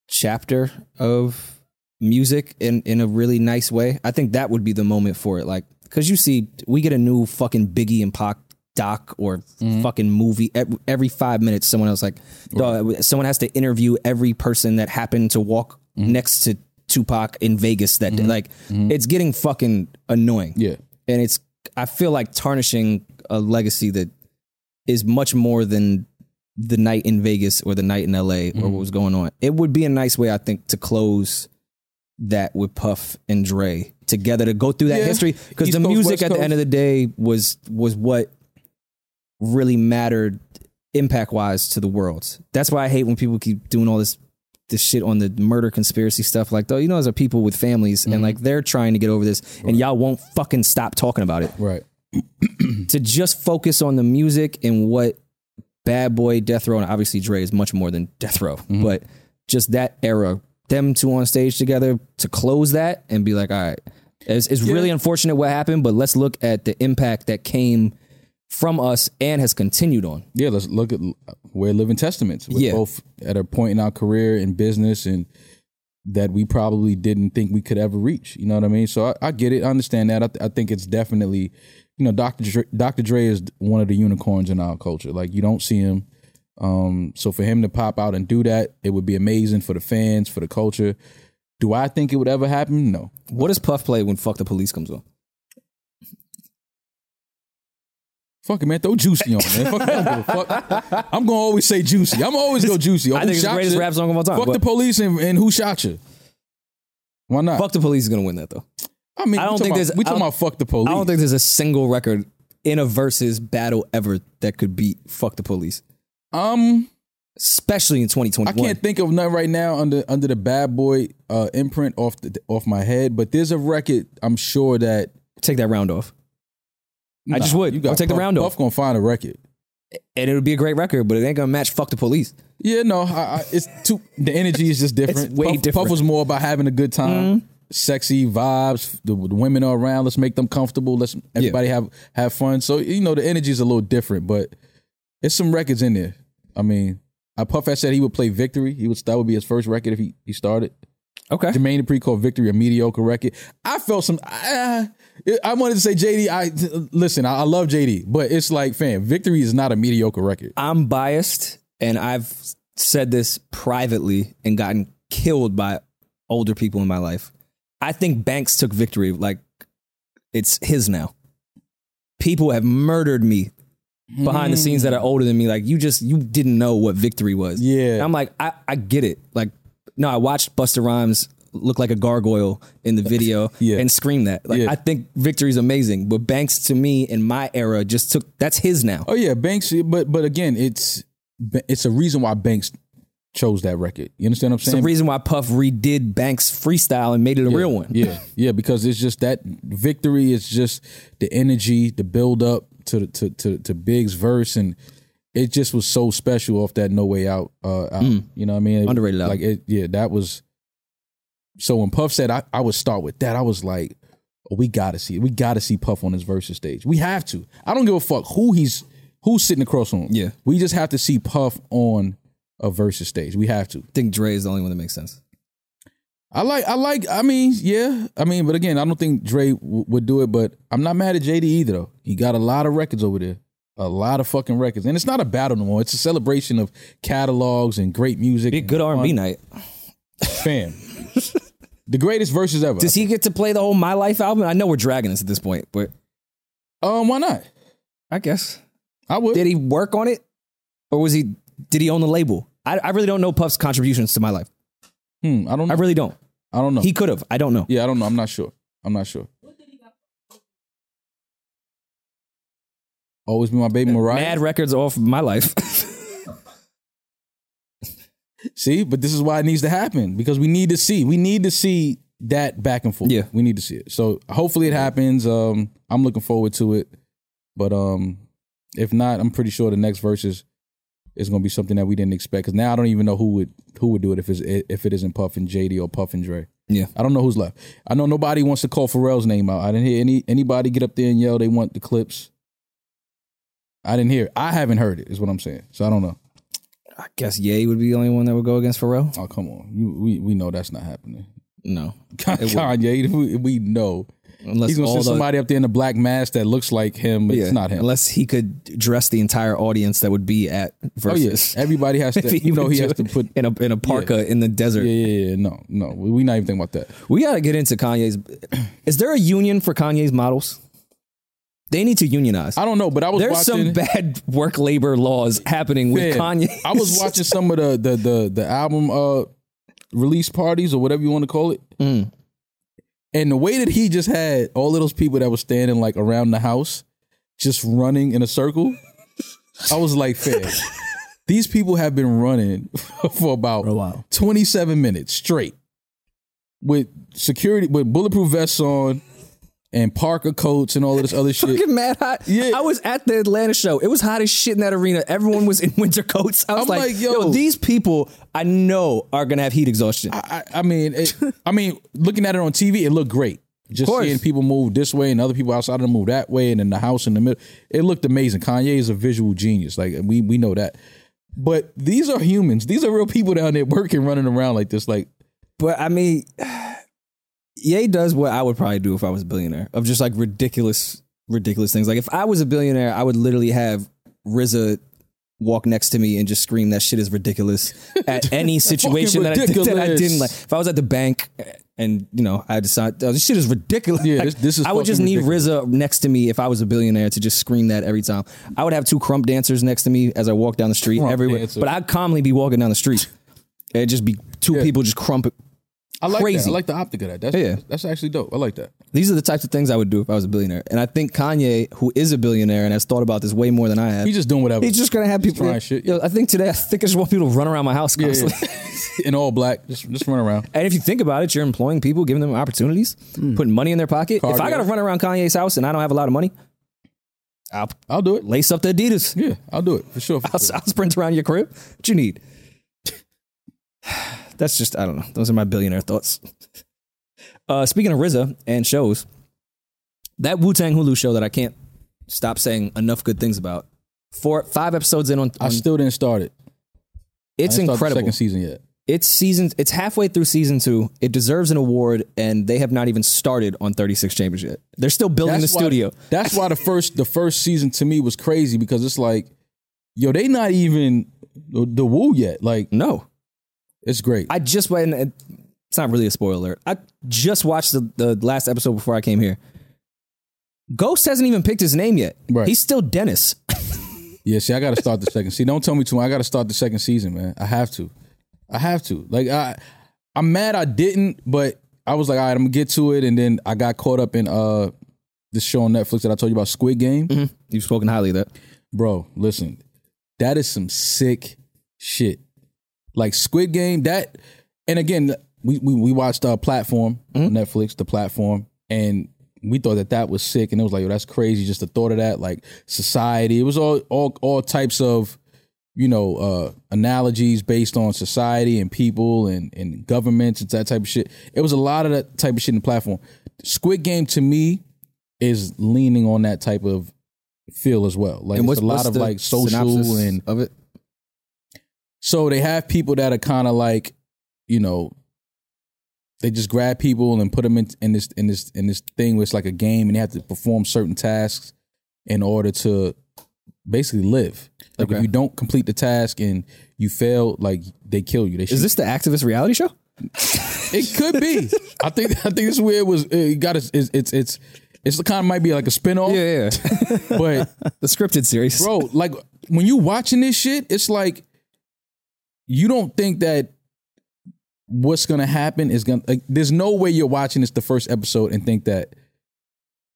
chapter of music in in a really nice way. I think that would be the moment for it. Like cuz you see we get a new fucking Biggie and Pac doc or fucking movie Ev- every 5 minutes someone else like dog, someone has to interview every person that happened to walk next to Tupac in Vegas that day. Like it's getting fucking annoying Yeah. and it's I feel like tarnishing a legacy that is much more than the night in Vegas or the night in LA or Mm-hmm. what was going on. It would be a nice way, I think, to close that with Puff and Dre together to go through that Yeah. history because East the Coast, music West at the Coast. end of the day was was what really mattered impact wise to the world. That's why I hate when people keep doing all this this shit on the murder conspiracy stuff. Like, though, you know, those are people with families and Mm-hmm. like they're trying to get over this, and y'all won't fucking stop talking about it. Right. To just focus on the music and what Bad Boy, Death Row, and obviously Dre is much more than Death Row, Mm-hmm. but just that era, them two on stage together to close that and be like, all right, it's, it's really unfortunate what happened, but let's look at the impact that came from us and has continued on. Yeah, let's look at we're living testaments. We're Yeah. both at a point in our career and business and that we probably didn't think we could ever reach. You know what I mean? So I, I get it. I understand that. I, th- I think it's definitely, you know, Dr. Dre, Dr. Dre is one of the unicorns in our culture. Like you don't see him. Um, so for him to pop out and do that, it would be amazing for the fans, for the culture. Do I think it would ever happen? No. What does Puff play when Fuck the Police comes on? Fuck it, man. Throw Juicy on, man. Fuck, I don't give a fuck. I'm gonna always say Juicy. I'm always go Juicy. Or I who think it's the shot greatest you? rap song of all time. Fuck but the police and, and who shot you? Why not? Fuck the Police is gonna win that though. I mean, I don't we think talking there's- about, we I talking don't- about fuck the police. I don't think there's a single record in a versus battle ever that could beat Fuck the Police, um, especially in I 2021. can't think of nothing right now under under the bad boy uh, imprint off the, off my head. But there's a record I'm sure that take that round off, I just would. You got I'll take the Puff- round off. Puff gonna find a record. and it would be a great record, but it ain't gonna match Fuck the Police. Yeah, no, I, I, it's too. The energy is just different. It's way Puff, different. Mm-hmm. Puff was more about having a good time, sexy vibes. The, the women are around. Let's make them comfortable. Let's everybody have have fun. So you know the energy is a little different, but it's some records in there. I mean, I Puff had said he would play Victory. He would that would be his first record if he he started. Okay, Jermaine Dupri called Victory a mediocre record. I felt some. ah, it- I wanted to say JD. I listen. I, I love JD, but it's like, fam, Victory is not a mediocre record. I'm biased, and I've said this privately and gotten killed by older people in my life. I think Banks took victory. Like it's his now. people have murdered me behind the scenes Hmm. that are older than me. Like you just you didn't know what victory was. Yeah. And I'm like, I, I get it. Like, no, I watched Buster Rhymes look like a gargoyle in the video Yeah. and scream that. Like Yeah. I think victory's amazing. But Banks to me in my era just took that's his now. Oh yeah, Banks. But but again, it's it's a reason why Banks chose that record. You understand what I'm It's the saying? reason why Puff redid Banks freestyle and made it a real one. yeah, yeah. Because it's just that victory is just the energy, the build up to the to to, to Big's verse, and it just was so special off that No Way Out. Uh, album. you know what I mean? It- Mm. Underrated album. Like it, yeah, that was. So when Puff said I, I would start with that, I was like, oh, we gotta see, we gotta see Puff on his versus stage. We have to. I don't give a fuck who he's who's sitting across from him. Yeah. we just have to see Puff on a versus stage. We have to. I think Dre is the only one that makes sense. I like, I like, I mean, yeah, I mean, but again, I don't think Dre w- would do it, but I'm not mad at JD either, though. He got a lot of records over there, a lot of fucking records. And it's not a battle no more, it's a celebration of catalogs and great music. Be a good R and B night. Fam. the greatest verses ever. Does he get to play the whole My Life album? I know we're dragging this at this point, but um, why not? I guess I would. did he work on it, or was he? Did he own the label? I, I really don't know Puff's contributions to My Life. Hmm, I don't I know. really don't. I don't know. He could have. I don't know. yeah, I don't know. I'm not sure. I'm not sure. Always be my baby Mariah. Mad records off My Life. See, but this is why it needs to happen because we need to see. We need to see that back and forth. Yeah. We need to see it. So hopefully it happens. Um, I'm looking forward to it. But um, if not, I'm pretty sure the next verses is going to be something that we didn't expect. Because now I don't even know who would who would do it if it's if it isn't Puff and JD or Puff and Dre. Yeah. I don't know who's left. I know nobody wants to call Pharrell's name out. I didn't hear any anybody get up there and yell they want the clips. I didn't hear. I haven't heard it. Is what I'm saying. So I don't know. I guess Ye would be the only one that would go against Pharrell. Oh come on, you, we we know that's not happening. No, Kanye, we, we know unless he's gonna all send the- somebody up there in a black mask that looks like him, but yeah, it's not him. Unless he could dress the entire audience that would be at oh yeah, versus. everybody has If to. You know would he do has it to put. in a in a parka in the desert. Yeah, yeah, yeah. No, no, we, we not even think about that. We got to get into Kanye's. Is there a union for Kanye's models? They need to unionize. I don't know, but I was There's some watching. bad work labor laws happening with Yeah. Kanye. I was watching some of the the the, the album uh release parties or whatever you want to call it. Mm. And the way that he just had all of those people that were standing like around the house, just running in a circle, I was like, fair. These people have been running for about For a while. 27 minutes straight with security, with bulletproof vests on and Parker coats and all of this other shit. Fucking mad hot. Yeah. I was at the Atlanta show. It was hot as shit in that arena. Everyone was in winter coats. I was I'm like, like, yo, yo. these people I know are gonna have heat exhaustion. I, I mean, it, I mean, looking at it on TV, it looked great. Just course. seeing people move this way and other people outside of them move that way, and then the house in the middle, it looked amazing. Kanye is a visual genius, like we we know that. But these are humans; these are real people down there working, running around like this. Like, But I mean, Ye does what I would probably do if I was a billionaire of just like ridiculous, ridiculous things. Like if I was a billionaire, I would literally have RZA walk next to me and just scream that shit is ridiculous at any situation that I, that I didn't ridiculous. like. If I was at the bank and you know I decided oh, this shit is ridiculous, Yeah, this- this is I would just fucking need ridiculous. RZA next to me if I was a billionaire to just scream that every time. I would have two crump dancers next to me as I walk down the street Crump everywhere, dancer. but I'd calmly be walking down the street. It'd just be two people just crump I like that. Crazy. I like the optic of that. That's Yeah. that's actually dope. I like that. These are the types of things I would do if I was a billionaire. And I think Kanye, who is a billionaire and has thought about this way more than I have, He's just doing whatever. he's just gonna have people. trying shit, Yo, I think today, I think I just want people to run around my house Yeah, constantly. yeah. in all black, just just run around. And if you think about it, you're employing people, giving them opportunities, Hmm. putting money in their pocket. If I Cardio. gotta run around Kanye's house and I don't have a lot of money, I'll I'll do it. lace up the Adidas. Yeah, I'll do it for sure. for I'll, sure. I'll sprint around your crib. What you need? That's just I don't know. Those are my billionaire thoughts. Uh, speaking of RZA and shows, that Wu Tang Hulu show that I can't stop saying enough good things about. Four, five episodes in on, I on- still didn't start it. it's I didn't start the incredible. second season yet. It's season. It's halfway through season two. It deserves an award, and they have not even started on Thirty Six Chambers yet. They're still building the why- studio. That's why the first the first season to me was crazy because it's like, yo, they not even the, the woo yet. Like No, it's great. I just went. and It's not really a spoiler. alert. I just watched the, the last episode before I came here. Ghost hasn't even picked his name yet. Right. He's still Dennis. Yeah, see, I got to start the second. See, don't tell me too much. I got to start the second season, man. I have to. I have to. Like I, I'm mad I didn't, but I was like, all right, I'm gonna get to it, and then I got caught up in uh this show on Netflix that I told you about, Squid Game. You've spoken highly of that. Bro, listen, that is some sick shit. Like Squid Game, that, and again, we we, we watched uh, Platform on Netflix, the Platform, and we thought that that was sick, and it was like, yo, that's crazy. Just the thought of that, like society, it was all all all types of you know uh analogies based on society and people and and governments and that type of shit it was a lot of that type of shit in the platform squid game to me is leaning on that type of feel as well like it's a lot of the like social synopsis and of it? so they have people that are kind of like you know they just grab people and put them in, in this in this in this thing where it's like a game and they have to perform certain tasks in order to basically live like if Okay. you don't complete the task and you fail like they kill you they shoot Is this the activist reality show? it could be. I think. I think this is where it was. It got. It's. It's. It's. it's it's the kind of might be like a spinoff, Yeah, yeah. but the scripted series. Oh. bro, like when you watching this shit, it's like you don't think that what's gonna happen is gonna. Like, there's no way you're watching this the first episode and think that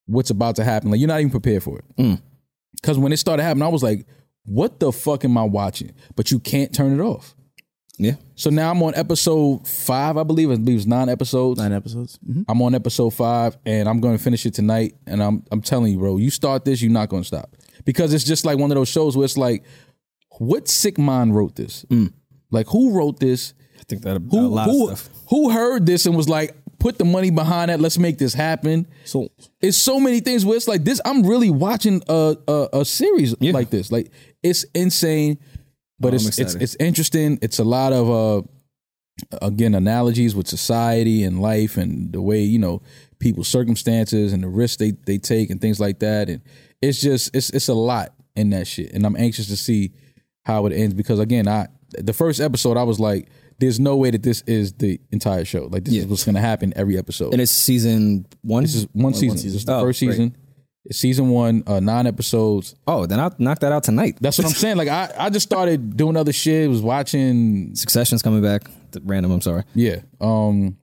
what's about to happen. Like you're not even prepared for it. Mm. Because when it started happening, I was like, "What the fuck am I watching?" But you can't turn it off. Yeah. So now I'm on episode five, I believe. I believe it's nine episodes. Nine episodes. hmm I'm on episode five, and I'm going to finish it tonight. And I'm I'm telling you, bro, you start this, you're not going to stop because it's just like one of those shows where it's like, what sick mind wrote this? Like, who wrote this? I think that about Who who who heard this and was like, put the money behind that. Let's make this happen. So It's so many things where it's like this. I'm really watching a a, a series Yeah. like this. Like, it's insane, but Oh, I'm it's it's excited. it's interesting. It's a lot of uh again analogies with society and life and the way you know people's circumstances and the risks they they take and things like that and it's just it's it's a lot in that shit and I'm anxious to see how it ends because again I the first episode I was like there's no way that this is the entire show like this is what's gonna happen every episode And it's season one. this is one season, this is the Oh, first great. season It's season one uh nine episodes Oh, then I'll knock that out tonight. that's what I'm saying like I I just started doing other shit was watching Succession's coming back. Th- Random, I'm sorry. Yeah. Um,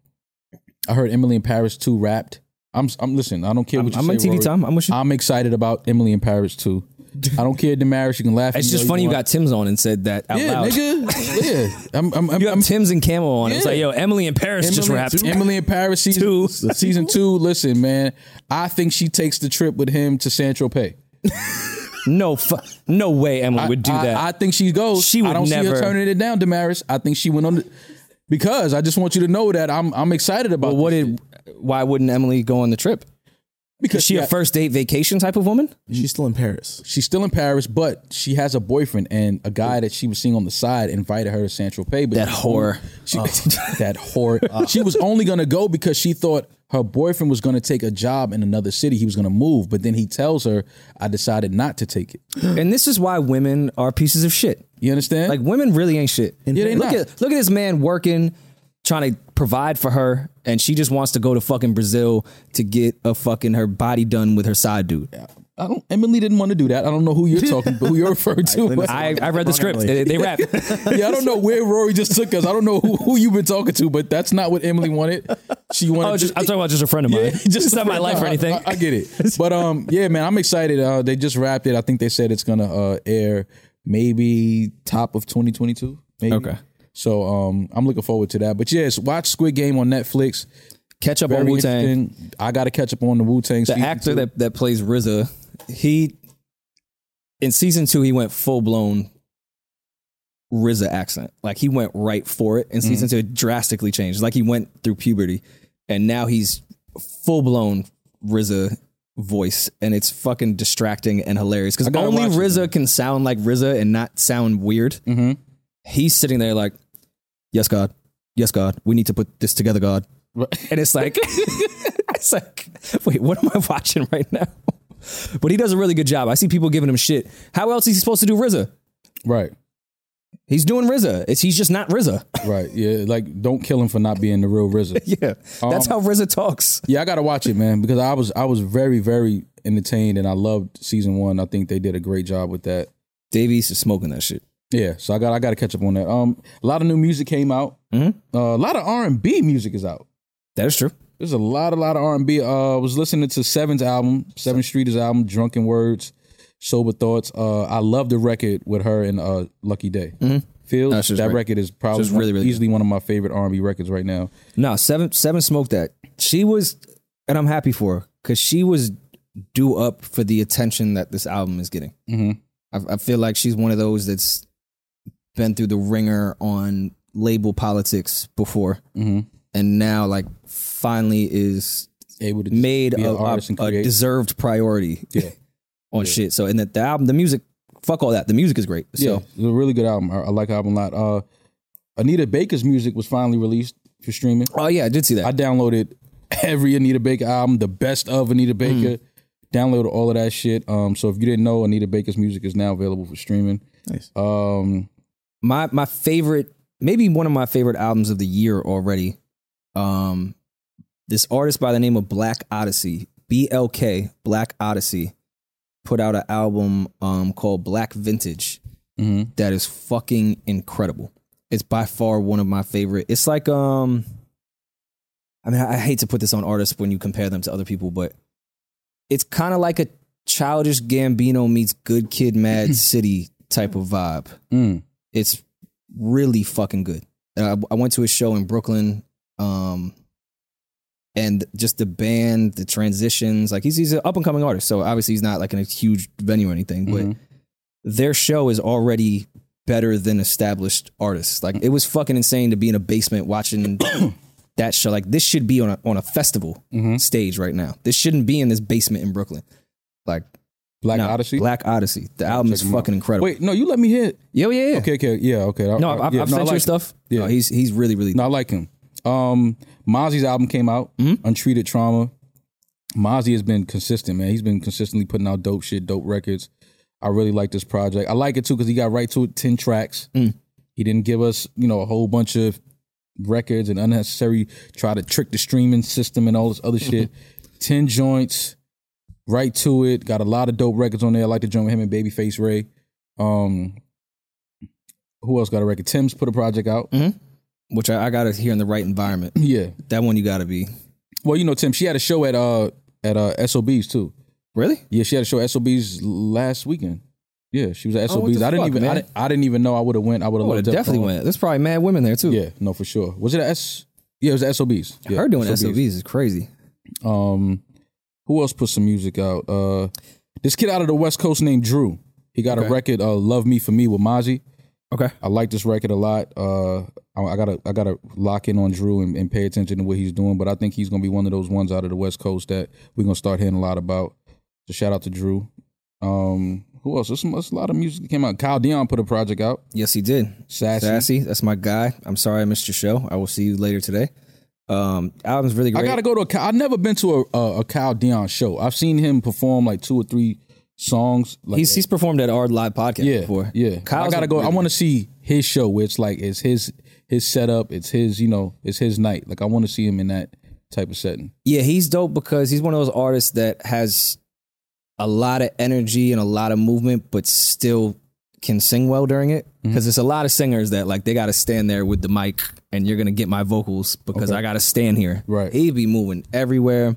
I heard Emily in Paris two rapped. I'm I'm listening. I don't care what I'm you on say. TV Rory. time. I'm with you. I'm excited about Emily in Paris too. I don't care, Damaris. You can laugh. It's at me just all funny you want. got Tim's on and said that out yeah, loud. nigga. Yeah, I'm. I'm, I'm, You have I'm Tim's and Camo on. It's Yeah. like, yo, Emily in Paris just Emily- rapped. Emily in Paris season Two. Season two. Listen, man. I think she takes the trip with him to San Tropez. No, fu- no way Emily would do I, that. I think she goes. She would I don't see her never- turning it down, Damaris. I think she went on. The, because I just want you to know that I'm I'm excited about but what this did? Why wouldn't Emily go on the trip? because Is she yeah, a first date vacation type of woman? she's still in Paris. she's still in Paris, but she has a boyfriend and a guy that she was seeing on the side invited her to San Tropez. But That whore. Oh. she, that whore. she was only gonna go because she thought her boyfriend was gonna take a job in another city. He was gonna move, but then he tells her, "I decided not to take it." And this is why women are pieces of shit. You understand? Like women really ain't shit. Yeah, they look not. at look at this man working, trying to provide for her, and she just wants to go to fucking Brazil to get a fucking her body done with her side dude. I don't. Emily didn't want to do that. I don't know who you're talking, who you're referring to. but- I, I read the script. They, they rap. yeah, I don't know where Rory just took us. I don't know who, who you've been talking to, but that's not what Emily wanted. She wanted. oh, to- just, I'm talking about just a friend of mine. it's not my life or I- anything. I, I get it. But um, yeah, man, I'm excited. Uh, they just wrapped it. I think they said it's gonna uh, air maybe top of 2022. Maybe. Okay. So um, I'm looking forward to that. But yes, watch Squid Game on Netflix. Catch up on Very Wu Tang. interesting. I got to catch up on the Wu Tang. The actor that, that plays RZA, he in season two he went full blown RZA accent. Like he went right for it. In Mm-hmm. season two, it drastically changed. Like he went through puberty, and now he's full blown RZA voice, and it's fucking distracting and hilarious because gotta only watch it, Mm-hmm. RZA can sound like RZA and not sound weird. He's sitting there like, "Yes, God, yes, God, we need to put this together, God." And it's like, it's like, wait, what am I watching right now? But he does a really good job. I see people giving him shit. How else is he supposed to do RZA? right, He's doing RZA. It's he's just not RZA. right, yeah. Like, don't kill him for not being the real RZA. Um, yeah, that's how RZA talks. Yeah, I gotta watch it, man, because I was I was very very entertained and I loved season one. I think they did a great job with that. Davies is smoking that shit. Yeah, so I got I got to catch up on that. Um, a lot of new music came out. Mhm. Uh, a lot of R and B music is out. That is true. There's a lot, a lot of R and B. Uh, I was listening to Seven's album, Seven Street's album, Drunken Words, Sober Thoughts. Uh, I love the record with her and uh, Lucky Day. Feels Mm-hmm. That's just that great. record is probably Just really, really easily one of my favorite R and B records right now. No, seven seven smoked that. She was, and I'm happy for her because she was due up for the attention that this album is getting. Mhm. I, I feel like she's one of those that's been through the ringer on label politics before, Mhm. and now like finally is Able to just made be a, an a, artist and a create. deserved priority Yeah. on shit. So and that the album, the music, fuck all that. The music is great. So Yeah, it's a really good album. I, I like the album a lot. Uh, Anita Baker's music was finally released for streaming. oh yeah, I did see that. I downloaded every Anita Baker album, the best of Hmm. Anita Baker. Downloaded all of that shit. Um, so if you didn't know, Anita Baker's music is now available for streaming. Nice. Um, my my favorite maybe one of my favorite albums of the year already um this artist by the name of black odyssey blk black odyssey put out an album um called black vintage mhm. that is fucking incredible it's by far one of my favorite it's like um i mean i, I hate to put this on artists when you compare them to other people but it's kind of like a childish gambino meets good kid mad city type of vibe Mm. it's really fucking good. And I, I went to a show in Brooklyn, um, and just the band, the transitions, like he's he's an up and coming artist, so obviously he's not like in a huge venue or anything, but Mhm. their show is already better than established artists. Like it was fucking insane to be in a basement watching that show. Like this should be on a on a festival Mhm. stage right now. This shouldn't be in this basement in Brooklyn. Like Black no, Odyssey. Black Odyssey. The album is check 'em out. fucking incredible. Wait, no, you let me hit. Yeah, yeah, yeah. Okay, okay, yeah, okay. I- Oh, No, I- I've, I've yeah, I've no, I sent you like his stuff. Yeah. No, he's he's really really. No, I like him. Um, Mozzie's album came out, Untreated Trauma. Mozzie has been consistent, man. He's been consistently putting out dope shit, dope records. I really like this project. I like it too because he got right to it, 10 tracks. He didn't give us, you know, a whole bunch of records and unnecessary try to trick the streaming system and all this other shit. 10 joints, right to it. Got a lot of dope records on there. I like the joint with him and Babyface Ray. Um, who else got a record? Tim's put a project out. which I, I got to hear in the right environment. Yeah. That one you got to be Well, you know, Tim, she had a show at uh at uh SOBs too. really. Yeah, she had a show at SOBs last weekend. Yeah, she was at Oh, what SOBs. the I didn't fuck, even I man. didn't, I didn't even know I would have went. I would have Oh, it definitely went. There's probably mad women there too. uh, Yeah, no, for sure. Was it at S? Yeah, it was at SOBs. Yeah, Her doing SOBs is crazy. Um, who else put some music out? Uh, this kid out of the West Coast named Drew. He got a record, uh, "Love Me for Me" with Mozzie. Okay. I like this record a lot. Uh, I, I gotta I gotta lock in on Drew and, and pay attention to what he's doing. But I think he's gonna be one of those ones out of the West Coast that we're gonna start hearing a lot about. So shout out to Drew. Um, who else? There's, some, there's a lot of music that came out. Kyle Dion put a project out. Yes, he did. Sassy. Sassy, that's my guy. I'm sorry I missed your show. I will see you later today. Um, album's really I great. gotta go to a. Ky- I've never been to a, a, a Kyle Dion show. I've seen him perform like two or three songs. Like he's he's performed at our live podcast yeah, before. yeah. I Kyle's gotta go. I really- want to see his show where it's like it's his his setup. It's his you know it's his night. Like I want to see him in that type of setting. Yeah, he's dope because he's one of those artists that has a lot of energy and a lot of movement, but still can sing well during it. Because there's a lot of singers that like they got to stand there with the mic, and you're gonna get my vocals because I got to stand here. Right. He be moving everywhere.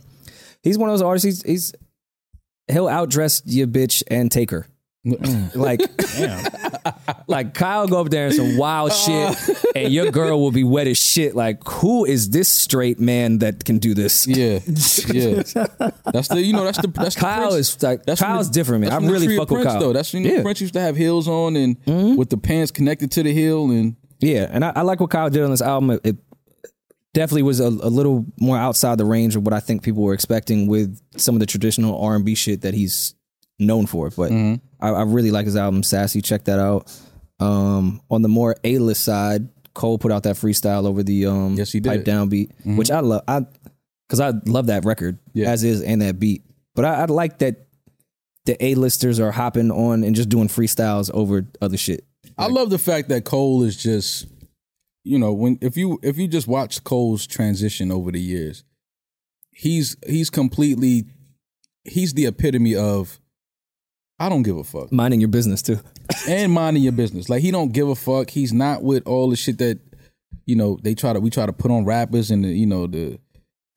He's one of those artists. He's, he's he'll outdress your bitch and take her. like, like Kyle go up there and some wild shit, and your girl will be wet as shit. Like, who is this straight man that can do this? Yeah, yeah. That's the you know that's the that's Kyle the is like that's from Kyle's the- different, man. that's I from the really Tree of fuck with Prince, Kyle. Though that's you know yeah, Mm-hmm. Prince used to have heels on and with the pants connected to the heel and yeah, and I, I like what Kyle did on this album. It, it definitely was a, a little more outside the range of what I think people were expecting with some of the traditional R and B shit that he's known for. But Mm-hmm. I, I really like his album Sassy. Check that out. Um, on the more A list side, Cole put out that freestyle over the um Yes, he did. Mm-hmm. pipe down beat, which I love. I because I love that record Yeah. as is and that beat. But I, I like that the A listers are hopping on and just doing freestyles over other shit. I love the fact that Cole is just, you know, when if you if you just watch Cole's transition over the years, he's he's completely he's the epitome of I don't give a fuck Minding your business too. and minding your business. Like he don't give a fuck. He's not with all the shit that you know they try to we try to put on rappers and the, you know the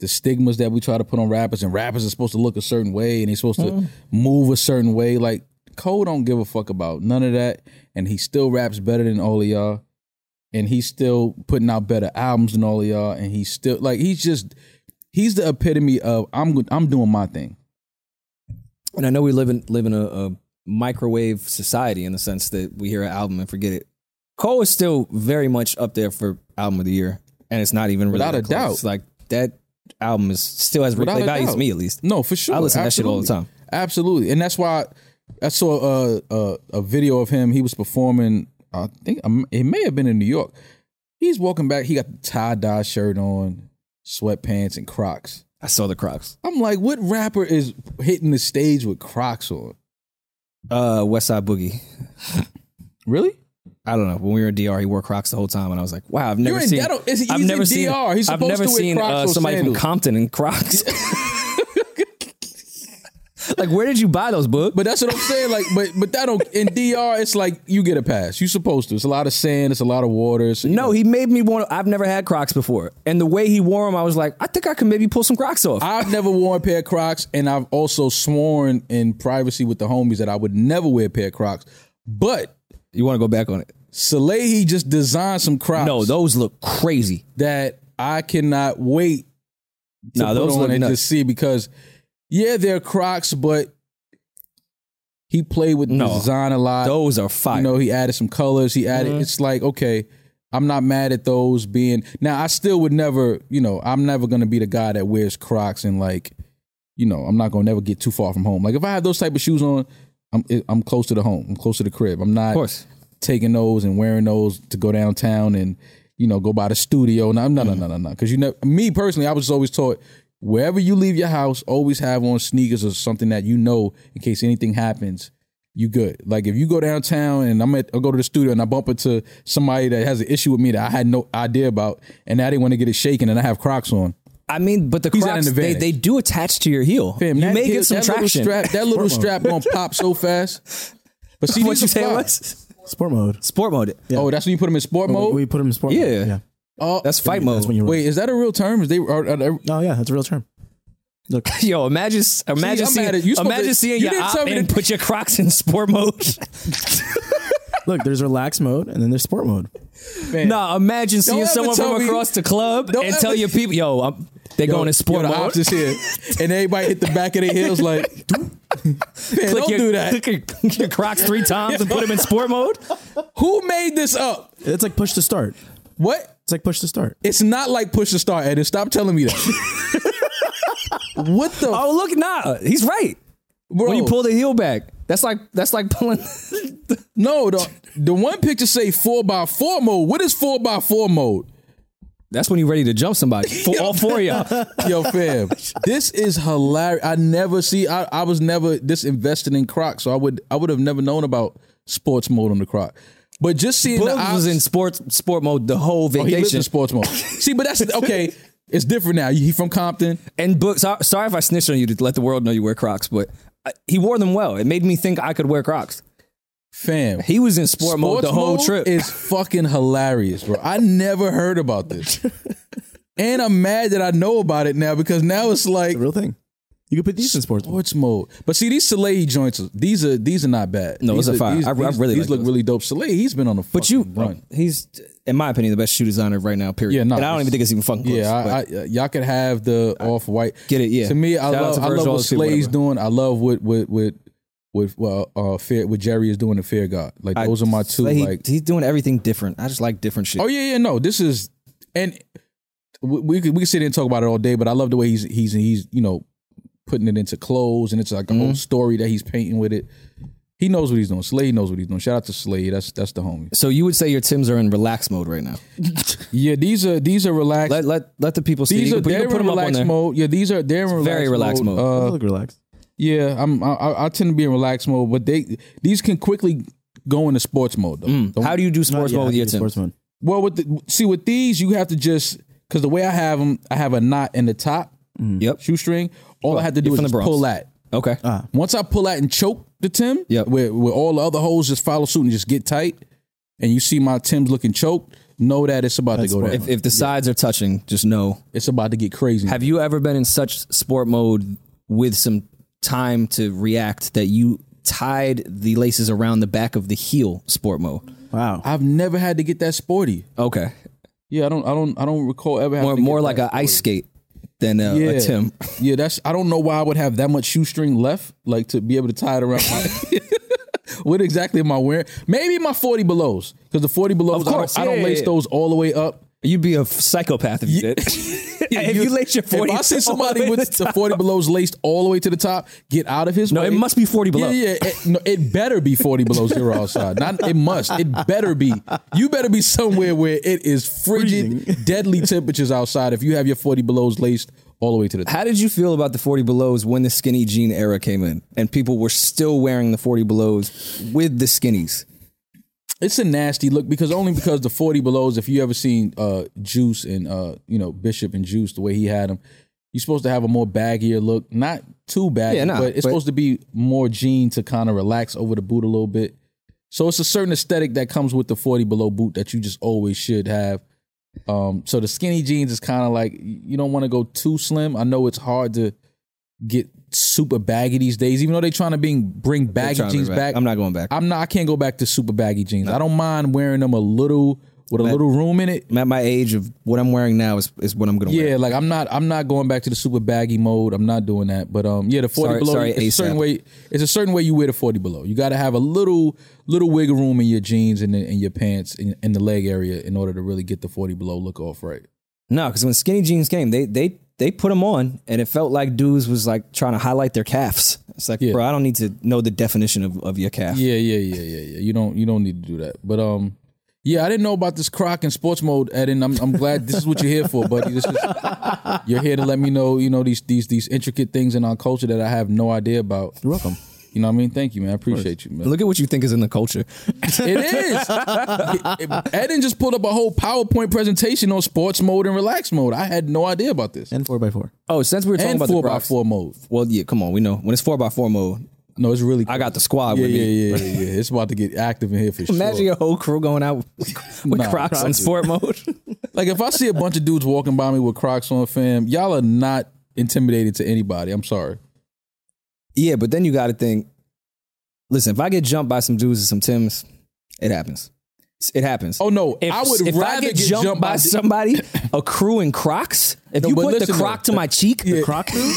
the stigmas that we try to put on rappers and rappers are supposed to look a certain way and they're supposed to Mm-hmm. move a certain way. Like Cole don't give a fuck about none of that, and he still raps better than all of y'all, and he's still putting out better albums than all of y'all, and he's still like he's just he's the epitome of I'm go- I'm doing my thing. And I know we live in live in a, a microwave society in the sense that we hear an album and forget it. Cole is still very much up there for album of the year, and it's not even really Without that a close. doubt. It's Like that album is still has Without replay a value to doubt. me at least. No, for sure. I listen to that shit all the Absolutely. Absolutely, and that's why I saw a a, a video of him. He was performing. I think um, it may have been in New York. He's walking back. He got the tie dye shirt on, sweatpants, and Crocs. I saw the Crocs. I'm like, what rapper is hitting the stage with Crocs on? Uh, West Side Boogie. Really? I don't know. When we were in DR, he wore Crocs the whole time, and I was like, "Wow, I've never in- seen." that don't- it's- I've he's never in seen. DR. He's I've supposed never to wear seen Crocs uh, or somebody sandals. from Compton in Crocs. like, where did you buy those, book? But that's what I'm saying. Like, but but that don't in DR. It's like you get a pass. You supposed to. It's a lot of sand. It's a lot of water. It's, No, he made me want. I've never had Crocs before, and the way he wore them, I was like, I think I can maybe pull some Crocs off. I've never worn a pair of Crocs, and I've also sworn in privacy with the homies that I would never wear a pair of Crocs. But you want to go back on it? Salehi just designed some Crocs No, those look crazy. that I cannot wait to Nah, put those on look and nuts. just see because, yeah, they're Crocs, but he played with No. the design a lot. Those Mm-hmm. are fire. you know, he added some colors. He added. It's like okay, I'm not mad at those being. Now I still would never. You know, I'm never gonna be the guy that wears Crocs and like, you know, I'm not gonna never get too far from home. Like if I had those type of shoes on, I'm I'm close to the home. I'm close to the crib. I'm not of course. taking those and wearing those to go downtown and you know go by the studio. No, no, no, Mm-hmm. no, no, no. Because you know, me personally, I was always taught wherever you leave your house, always have on sneakers or something that you know in case anything happens. You good? Like if you go downtown and I'm at, I go to the studio and I bump into somebody that has an issue with me that I had no idea about, and I didn't want to get it shaken, and I have Crocs on. I mean, but the at an Crocs they, advantage. they do attach to your heel. Fam, you that may heel- get some that traction. Little strap, that little strap gonna pop so fast. But see, what these you are say it fly. was Sport mode. sport mode. Oh, that's when you put them in sport We- mode. We put him in sport Yeah. mode. Yeah. oh, That's fight mode. That's when you Wait, is that a real term? Is they are, are they- Oh yeah, that's a real term. Look, Yo, imagine imagine I'm seeing, mad at you. You supposed imagine to- seeing you your didn't op tell me and to- put your Crocs in sport mode. look. There's relax mode and then there's sport mode. man. nah, imagine seeing ever someone tell from me- across the club Don't and tell ever- your people, yo, I'm, they going in sport Yo, the mode. ops is here, and everybody hit the back of their heels like, "Doop." Man, click don't your, do that. Click your, your Crocs three times and put them in sport mode. Who made this up? It's like push to start. What? It's like push to start. It's not like push to start, Edit. Stop telling me that. what the Oh look, nah, he's right. bro? When you pull the heel back, that's like that's like pulling. no, the, the one picture say four by four mode. What is four by four mode? That's when you're ready to jump somebody. For all four of y'all. Yo, fam, this is hilarious. I never see. I, I was never this invested in Crocs, so I would I would have never known about sports mode on the Croc. But just seeing Boog the ops, was in sports sport mode the whole Oh, he lives vacation. in sports mode. See, but that's okay. It's different now. He from Compton. and Boog, so, sorry if I snitched on you to let the world know you wear Crocs, but I, he wore them well. It made me think I could wear Crocs. Fam. He was in sport mode the whole trip. is fucking hilarious, bro. I never heard about this. and I'm mad that I know about it now because now it's like The real thing. You could put these in sports mode. sports mode. But see, these Soleil joints, these are these are not bad. No, those These are fire. These, I- I these- really these like look those. really dope. Soleil, he's been on a but you, Oh, run. he's, in my opinion, the best shoe designer right now, period. Yeah, no, and I don't it's- even think it's even fucking close. Yeah, but- I, I, y'all could have the off white. Get it, yeah. To me, I Shout out love to I love Virgil, what too, Slade's whatever. doing. I love what what what what well uh fair what Jerry is doing to Fair God. Like those are my two. Like, he- like he's doing everything different. I just like different shit. oh yeah yeah no this is and we we could, we could sit here and talk about it all day. But I love the way he's he's he's you know putting it into clothes and it's like a whole story that he's painting with it. He knows what he's doing. Slade knows what he's doing. Shout out to Slade. That's that's the homie. So you would say your Tims are in relax mode right now. Yeah, these are these are relaxed. Let let let the people see. these you are can, put- you they're can put in them up on relaxed there. mode. Yeah, these are they're in relaxed very relaxed mode. Uh, look relaxed. Yeah, I'm. I- I, I tend to be in relaxed mode, but they these can quickly go into sports mode though. Don't- How do you do sports Yeah, mode with you your do Tims? sports mode. well, with the, see with these, you have to just because the way I have them, I have a knot in the top Yep. shoestring. All I have to do You're is from the just Bronx. pull that. Okay. Ah, Once I pull out and choke the Tim, Yep. where, where all the other holes just follow suit and just get tight, and you see my Tim's looking choked, know that it's about That's to go what- down. if, if the sides are touching, just know. it's about to get crazy. Have you ever been in such sport mode with some time to react that you tied the laces around the back of the heel sport mode? Wow. I've never had to get that sporty. Okay. Yeah, I don't, I don't, I don't recall ever. having More, to get more that like an sporty. ice skate than a, Yeah. a Tim. Yeah, that's. I don't know why I would have that much shoestring left, like to be able to tie it around. my... what exactly am I wearing? Maybe my forty belows, because the forty Of belows, course, I don't, I don't yeah, lace yeah. those all the way up. You'd be a f- psychopath if you did. if you, lace your 40 if I see all the somebody way with to the the, top- forty belows laced all the way to the top, get out of his. No, way. it must be 40 below. Yeah, yeah. It, no, it better be forty below zero outside. Not it must. It better be. You better be somewhere where it is frigid, deadly temperatures outside. If you have your forty belows laced all the way to the top. How did you feel about the 40 belows when the skinny jean era came in and people were still wearing the 40 belows with the skinnies? It's a nasty look because only because the forty belows. If you ever seen uh, Juice and uh, you know Bishop and Juice, the way he had them, you're supposed to have a more baggier look. Not too baggy, Yeah, nah, but it's but- supposed to be more jean to kind of relax over the boot a little bit. So it's a certain aesthetic that comes with the forty below boot that you just always should have. Um, so the skinny jeans is kind of like you don't want to go too slim. I know it's hard to get super baggy these days, even though they're trying to bring bring baggy Trying to jeans be back. I'm not going back. I'm not. I can't go back to super baggy jeans. I don't mind wearing them a little with a little room in it. I'm at my age of what I'm wearing now is, is what I'm going to wear. Yeah, like I'm not. I'm not going back to the super baggy mode. I'm not doing that. But um, yeah, the forty Sorry- below. sorry, it's a certain ASAP. way. It's a certain way you wear the forty below. You got to have a little little wiggle room in your jeans and in, in your pants and in the leg area in order to really get the forty below look off right. No, because when skinny jeans came, they they they put them on, and it felt like dudes was like trying to highlight their calves. It's like, Yeah. bro, I don't need to know the definition of, of your calf. Yeah, yeah, yeah, yeah, yeah. You don't you don't need to do that. But um, yeah, I didn't know about this croc in sports mode, Ed, and I'm I'm glad this is what you're here for, buddy. This is you're here to let me know, you know, these these these intricate things in our culture that I have no idea about. You're welcome. You know what I mean? Thank you, man. I appreciate you, man. Look at what you think is in the culture. It is. Eden just pulled up a whole PowerPoint presentation on sports mode and relax mode. I had no idea about this. And four by four. Oh, since we were talking And about four the by Crocs- four mode. Well, yeah, come on, we know when it's four by four mode. No, it's really. I got the squad yeah, with yeah, me. yeah, yeah, yeah. It's about to get active in here for sure. Imagine your whole crew going out with, with Nah, Crocs on sport mode. Like if I see a bunch of dudes walking by me with Crocs on, fam, y'all are not intimidated to anybody. I'm sorry. yeah, but then you got to think. Listen, if I get jumped by some dudes and some Tims, it happens. It happens. Oh no, If I would if rather I get, jumped, by, d- somebody, a crew in Crocs. If No, you but put the listen, Croc though. to my cheek, Croc dude?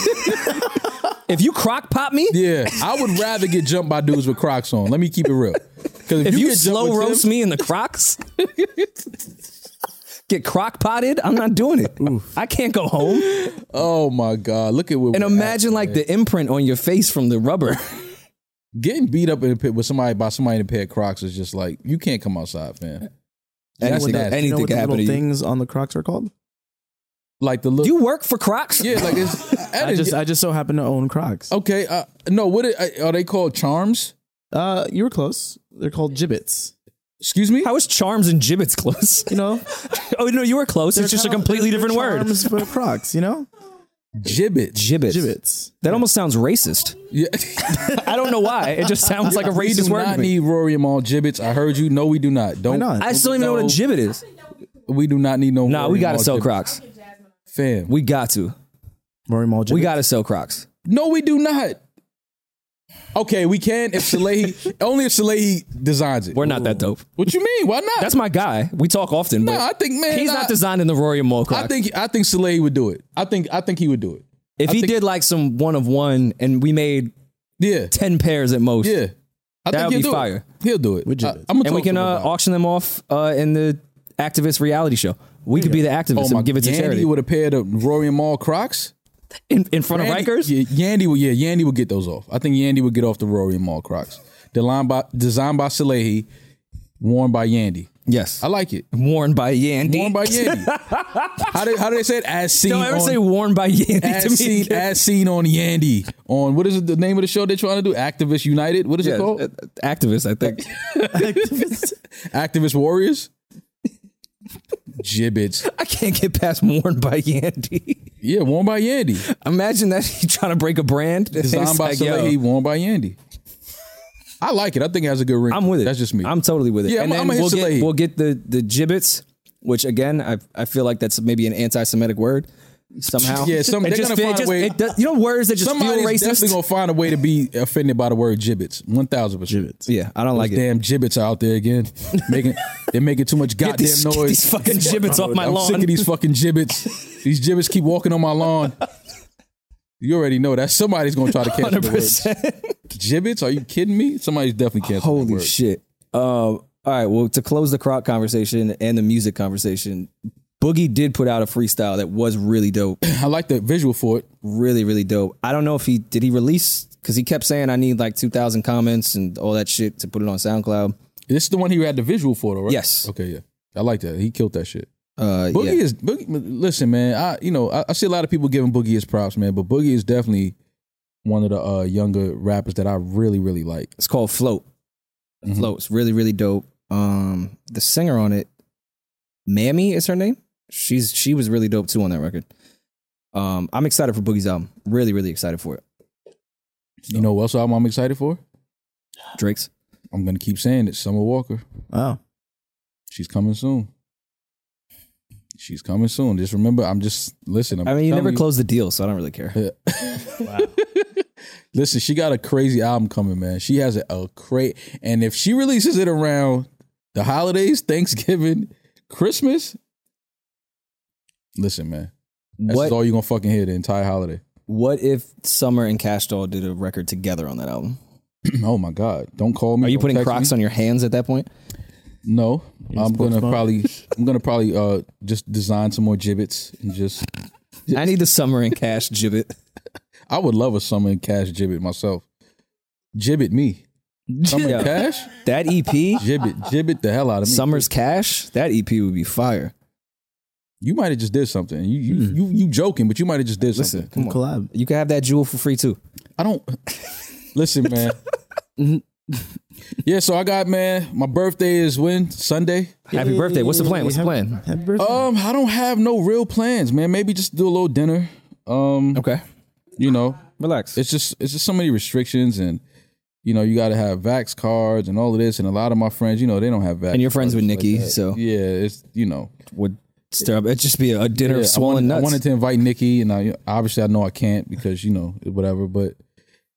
if you Croc pop me, Yeah, I would rather get jumped by dudes with Crocs on. Let me keep it real. Because if you, get jumped slow with roast them- me in the Crocs, get Croc potted, I'm not doing it. I can't go home. oh my god, look at what And we're at. imagine like the imprint on your face from the rubber. getting beat up in a pit with somebody by somebody in a pair of Crocs is just like you can't come outside, fam. That's Anything, nasty. anything You You know what can the happen to little you. things on the Crocs are called? Like the look. Do you work for Crocs? yeah, like it's. I just I just so happen to own Oh. Crocs. okay, uh, no. What are, are they called? Charms? Uh, you were close. They're called gibbets. Excuse me. How is charms and gibbets close? You know, oh no, you were close. it's just a completely different word. Charms for Crocs. You know, Gibbet. Gibbets. gibbets. That almost sounds racist. Yeah. I don't know why. It just sounds like a We racist do word. not to me. need Rory and all gibbets. I heard you. No, we do not. Don't. not? I still don't even know what a gibbet is. We do not need no. Nah, Rory we gotta Mal sell gibbets. Crocs. fam. We got to. Rory Mall gibbets. We gotta sell Crocs. no, we do not. Okay, we can if Salehi only if Salehi designs it. We're not that dope. What you mean? Why not? That's my guy. We talk often, but Nah, I think man, he's I- not designing the Rory and Mall Croc. I think I think Salehi would do it. I think I think he would do it. if he did like some one of one and we made Yeah, ten pairs at most, yeah. I That think would he'll be do fire. It. He'll do it. With I, gibbets. I'm gonna and we talk to can him uh, about it. auction them off uh, in the activist reality show. We could be the activists Oh my, and give it to Yandy charity would have paired up Rory and Mall Crocs. in, in front Yandy- of Rikers. Yeah, Yandy will. Yeah, Yandy will get those off. I think Yandy would get off the Rory and Mall Crocs. The line by, designed by Salehi, worn by Yandy. Yes, I like it. worn by Yandy. Worn by Yandy. how did how do they say it? As seen Don't ever on say worn by Yandy to as me. seen, again. as seen on Yandy. On what is it? The name of the show they're trying to do? Activist United. What is Yeah, it called? uh, activist, I think. Activist Warriors. Gibbets. I can't get past worn by Yandy. Yeah, worn by Yandy. Imagine that he trying to break a brand. Designed It's by like, yo, Salehi, worn by Yandy. I like it. I think it has a good ring. I'm with it. That's just me. I'm totally with it. Yeah, and I'm- then I'm a we'll Hipsilade. get we'll get the the gibbets, which again I I feel like that's maybe an anti-Semitic word somehow. Yeah, some- It they're just gonna feel- find it a just- way- it does- you know words that just Somebody's feel definitely racist. gonna find a way to be offended by the word gibbets. One thousand percent. Gibbets. yeah, I don't like it. Damn gibbets are out there again. Making they're making too much Get goddamn these, get noise. these fucking gibbets off my I'm lawn. sick of these fucking gibbets. these gibbets keep walking on my lawn. You already know that somebody's gonna try to catch the word 100%. gibbets. Are you kidding me? Somebody's definitely catching. the Holy word. shit. Um, all right. Well, to close the croc conversation and the music conversation, Boogie did put out a freestyle that was really dope. I like the visual for it. really, really dope. I don't know if he did he release because he kept saying I need like two thousand comments and all that shit to put it on SoundCloud. This is the one he had the visual for, though, right? Yes. Okay, yeah. I like that. He killed that shit. Uh, Boogie yeah. is Boogie, listen, man. I you know I, I see a lot of people giving Boogie his props, man, but Boogie is definitely one of the uh, younger rappers that I really really like. It's called Float. Mhm. Float's really, really dope. Um, the singer on it, Mammy is her name. She's she was really dope too on that record. Um, I'm excited for Boogie's album. Really, really excited for it. You know what else album I'm excited for? Drake's. I'm gonna keep saying it. Summer Walker. Oh, She's coming soon. She's coming soon. Just remember, I'm just listen. I'm I mean, you telling never closed the deal, so I don't really care. Listen, she got a crazy album coming, man. She has a, a great, and if she releases it around the holidays, Thanksgiving, Christmas, listen, man, this is What all you gonna fucking hear the entire holiday. What if Summer and Cash Doll did a record together on that album? oh my god, don't call me. Are you putting Crocs on your hands at that point? No, just I'm gonna postpone. probably, I'm gonna probably uh just design some more gibbets and just. I need the Summer and Cash gibbet. I would love a summer and cash gibbet myself. Gibbet me, summer Yeah. and cash, That EP, gibbet, gibbet the hell out of me. Summer's Cash, that EP would be fire. You might have just did something. You you you, you joking, but you might have just did Hmm. Listen, come something. on. collab. You can have that jewel for free too. I don't listen, man. yeah, so I got man. My birthday is when Sunday. Happy birthday. What's the plan? What's the Happy- plan? Happy birthday. Um, I don't have no real plans, man. Maybe just do a little dinner. Um, Okay. you know, Relax. it's just it's just so many restrictions, and you know, you got to have vax cards and all of this. And a lot of my friends, you know, they don't have vax. And you're friends with cards like Nikki, that. so yeah, it's you know, would stir up. It'd just be a, a dinner Yeah, of swollen I wanted, I nuts. wanted to invite Nikki, and I obviously I know I can't because you know whatever. But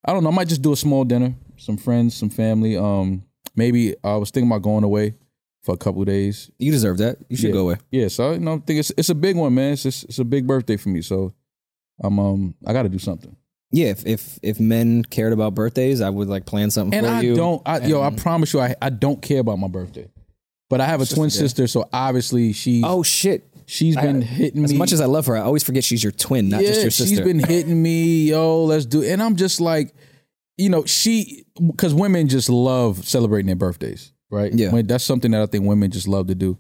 I don't know. I might just do a small dinner, some friends, some family. Um, maybe I was thinking about going away for a couple of days. you deserve that. You should Yeah. go away. Yeah, so you know, I think it's it's a big one, man. It's just, it's a big birthday for me, so I'm um I got to do something. Yeah, if, if if men cared about birthdays, I would like plan something And for I you. don't, I, yo, I and- promise you, I I don't care about my birthday. But I have a twin sister, so obviously she Oh shit. she's been hitting As me much as I love her, I always forget she's your twin, not just your sister. She's been hitting me, yo, let's do and I'm just like, you know, she because women just love celebrating their birthdays, right? Yeah. When- that's something that I think women just love to do.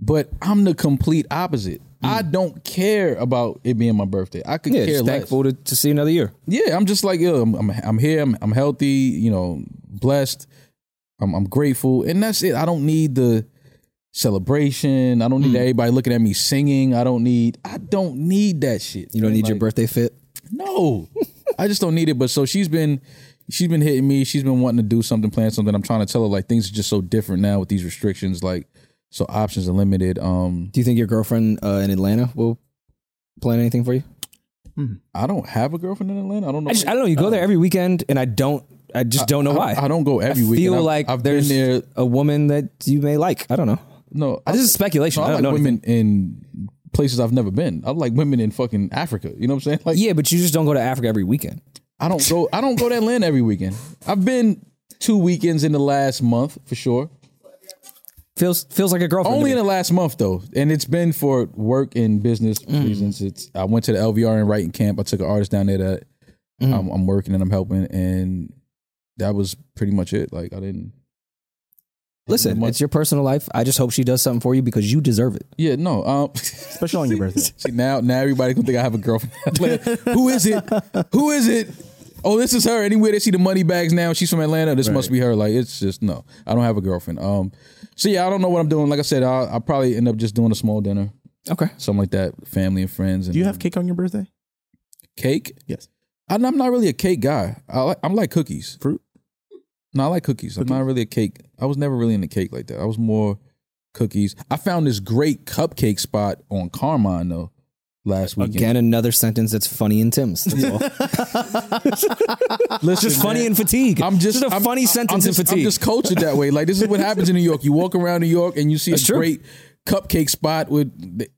But I'm the complete opposite. I don't care about it being my birthday. I could Mm. yeah, care just less. thankful to, to see another year. Yeah, I'm just like, yo, I'm, I'm, I'm here. I'm, I'm healthy. You know, blessed. I'm, I'm grateful, and that's it. I don't need the celebration. I don't Mm. need everybody looking at me singing. I don't need. I don't need that shit. You don't need your birthday fit. No, I just don't need it. But so she's been, she's been hitting me. She's been wanting to do something, plan something. I'm trying to tell her like things are just so different now with these restrictions. Like, so options are limited. Um, Do you think your girlfriend uh, in Atlanta will plan anything for you? I don't have a girlfriend in Atlanta. I don't know. I, just, I don't know. You go there every weekend, and I don't. Uh-uh. I just don't know why. I, don't go every I week. feel like I've been there's there. a woman that you may like. I don't know. No, This is speculation. No, I, I like don't know. women in places I've never been. I like women in fucking Africa. You know what I'm saying? Like, anything. Yeah, but you just don't go to Africa every weekend. I don't go. I don't go to Atlanta every weekend. I've been two weekends in the last month for sure. Feels feels like a girlfriend. Only Only in the last month though, and it's been for work and business reasons. It's I went to the LVR and writing camp. I took an artist down there that I'm, I'm working and I'm helping, and that was pretty much it. Like I didn't. Listen, month. it's your personal life. I just hope she does something for you because you deserve it. Yeah, no. Um, Special on your birthday. see now, now everybody gonna think I have a girlfriend. Like, Who is it? Who is it? Oh, this is her. Anywhere they see the money bags now, she's from Atlanta. This must be her. Like it's just no. I don't have a girlfriend. Um, so yeah, I don't know what I'm doing. Like I said, I'll, I'll probably end up just doing a small dinner. Okay. something like that. Family and friends. And Do you have cake on your birthday? cake? Yes. I'm I'm not really a cake guy. I like, I'm like cookies. Fruit? No, I like cookies. I'm not really a cake. I was never really into cake like that. I was more cookies. I found this great cupcake spot on Carmine though last weekend. Again, another sentence that's funny and Tim's. That's all. Listen, just funny man, and fatigue. I'm just a I'm- funny I'm- sentence I'm just, and fatigue. I'm just cultured that way. Like this is what happens in New York. You walk around New York and you see That's a true. great cupcake spot with. they-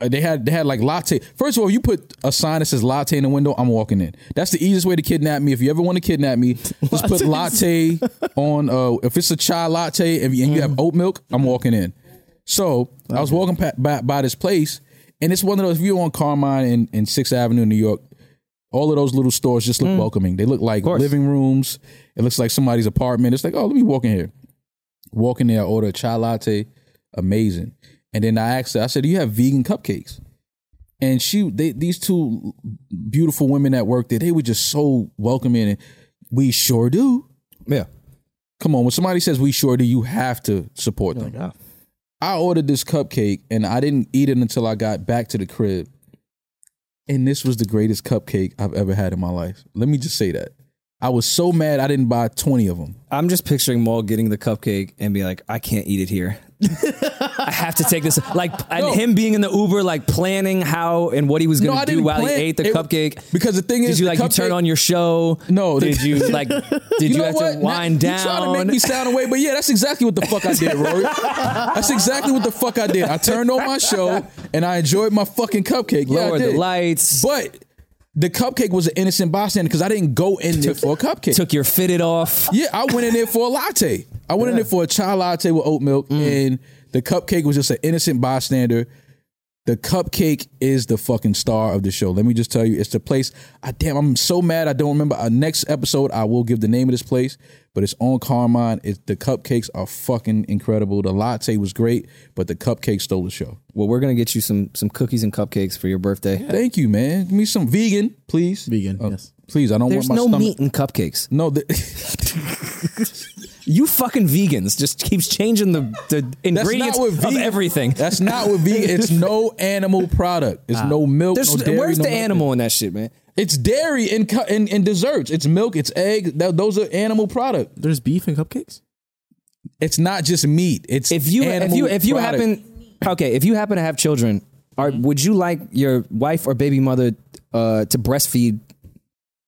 uh, They had they had like latte. First of all, you put a sign that says latte in the window. I'm walking in. That's the easiest way to kidnap me. If you ever want to kidnap me, just put latte on. Uh, if it's a chai latte and you, and you have Mm. oat milk, I'm walking in. So I was walking pa- by, by this place, and it's one of those. If you're on Carmine and, and Sixth Avenue in New York, all of those little stores just look welcoming. They look like Mm. course. living rooms. It looks like somebody's apartment. It's like, oh, let me walk in here. Walk in there, I order a chai latte, amazing. And then I asked her, I said, do you have vegan cupcakes? And she, they, these two beautiful women that worked there, they were just so welcoming. And we sure do. yeah. Come on, when somebody says we sure do, you have to Oh, support them. Yeah. I ordered this cupcake and I didn't eat it until I got back to the crib. And this was the greatest cupcake I've ever had in my life. Let me just say that. I was so mad I didn't buy 20 of them. I'm just picturing Maul getting the cupcake and be like, I can't eat it here. I have to take this. Like, and No. him being in the Uber, like planning how and what he was going to do while plan- he ate the it- cupcake. Because the thing Did is, you the like you turn cupcake- on your show? No, Did the- you like? Did you, know have what? to Now- wind down? You trying to make me sound away, but yeah, that's exactly what the fuck I did, Rory. that's exactly what the fuck I did. I turned on my show and I enjoyed my fucking cupcake. Yeah, I lower the did. lights. But the cupcake was an innocent bystander because I didn't go in there for a cupcake. took your fitted off. Yeah, I went in there for a latte. I went in there for a chai latte with oat milk, Mm. and the cupcake was just an innocent bystander. The cupcake is the fucking star of the show. Let me just tell you, it's the place. I damn, I'm so mad I don't remember. Uh, next episode, I will give the name of this place, but it's on Carmine. It's the cupcakes are fucking incredible. The latte was great, but the cupcake stole the show. Well, we're gonna get you some some cookies and cupcakes for your birthday. Thank you, man. Give me some vegan, please. Uh, Vegan, yes. Please, I don't There's want my no stomach. meat in cupcakes. No, the- You fucking vegans just keeps changing the the That's ingredients not what of vegan, everything. Ah. That's not what vegan. It's no animal product. It's no milk. There's, no dairy, where's no the nothing. animal in that shit, man? It's dairy and cu- and, and desserts. It's milk. It's egg. Th- those are animal product. There's beef and cupcakes? It's not just meat. It's If you if animal you if you product. happen okay, if you happen to have children, are Mm-hmm. would you like your wife or baby mother uh, to breastfeed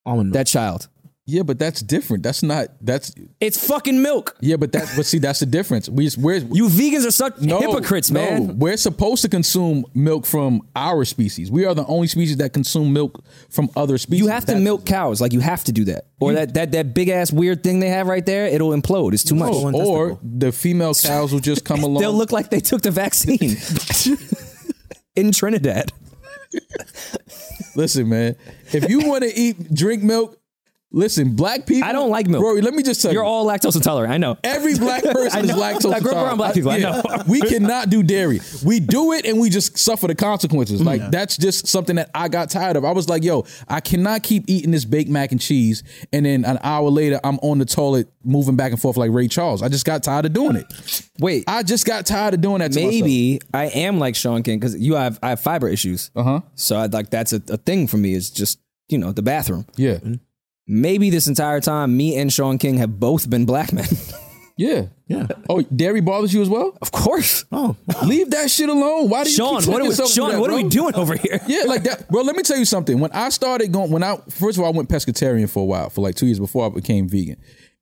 Almond milk. that child? yeah, but that's different. That's not that's It's fucking milk. yeah, but that's but see that's the difference. We just- we're You vegans are such hypocrites, no. man. We're supposed to consume milk from our species. We are the only species that consume milk from other species. You have to That's- milk cows, like you have to do that, or that that that big ass weird thing they have right there. It'll implode. It's too much. one or the female cows will just come along. They'll look like they took the vaccine in Trinidad. Listen, man. If you want to eat, drink milk. Listen, black people. I don't like milk. Rory, let me just tell You're you. all lactose intolerant. I know. Every black person is know. lactose I grew up around intolerant. black people. I Yeah. know. we cannot do dairy. We do it and we just suffer the consequences. Like that's just something that I got tired of. I was like, yo, I cannot keep eating this baked mac and cheese and then an hour later I'm on the toilet moving back and forth like Ray Charles. I just got tired of doing it. Wait, I just got tired of doing that to myself. maybe I am like Sean King because you have I have fiber issues. Uh Uh-huh. huh. So I like that's a, a thing for me. Is just you know the bathroom. Yeah. Maybe this entire time, me and Sean King have both been black men. Yeah. Yeah. Oh, dairy bothers you as well? of course, Oh, Leave that shit alone. Why do you Sean. keep What taking are we, yourself to Sean? that, what are bro? we doing over here? Yeah, like that, bro. Let me tell you something. When I started going, when I first of all, I went pescatarian for a while, for like two years before I became vegan.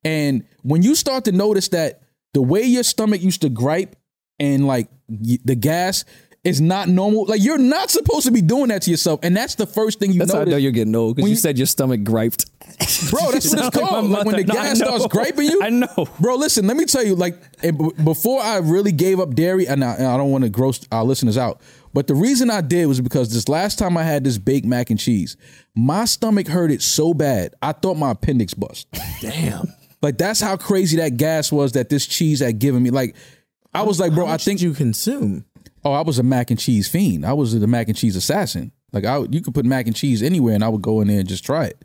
And when you start to notice that the way your stomach used to gripe and like y- the gas is not normal, like you're not supposed to be doing that to yourself. And that's the first thing you That's how I notice, know you're getting old because you, you- said your stomach griped. bro. That's what Sound it's like called. my Like mother. when the No, I gas starts know. griping you, I know. bro. Listen, let me tell you. Like and b- before I really gave up dairy, and I, and I don't want to gross our listeners out, but the reason I did was because this last time I had this baked mac and cheese, my stomach hurted so bad I thought my appendix bust. damn. like that's how crazy that gas was that this cheese had given me. Like I was like, bro, I think you consume. oh, I was a mac and cheese fiend. I was the mac and cheese assassin. Like I, you could put mac and cheese anywhere, and I would go in there and just try it.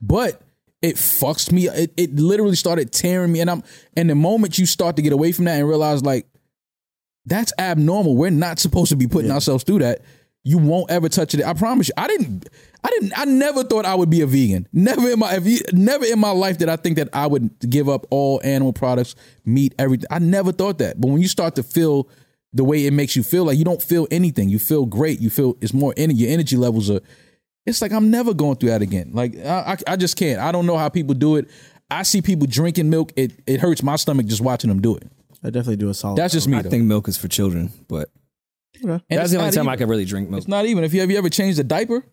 But it fucks me. It, it literally started tearing me. And I'm, and the moment you start to get away from that and realize, like, That's abnormal. We're not supposed to be putting ourselves through that. You won't ever touch it. I promise you. I didn't. I didn't. I never thought I would be a vegan. Never in my if you, never in my life did I think that I would give up all animal products, meat, everything. I never thought that. But when you start to feel the way it makes you feel, like you don't feel anything. You feel great. You feel it's more in your energy levels are it's like I'm never going through that again. Like I, I, I just can't. I don't know how people do it. I see people drinking milk. It it hurts my stomach just watching them do it. I definitely do a solid. That's just me. I though. think milk is for children, but And that's it's the only not time even- I can really drink milk. It's not even. If you have you ever changed a diaper,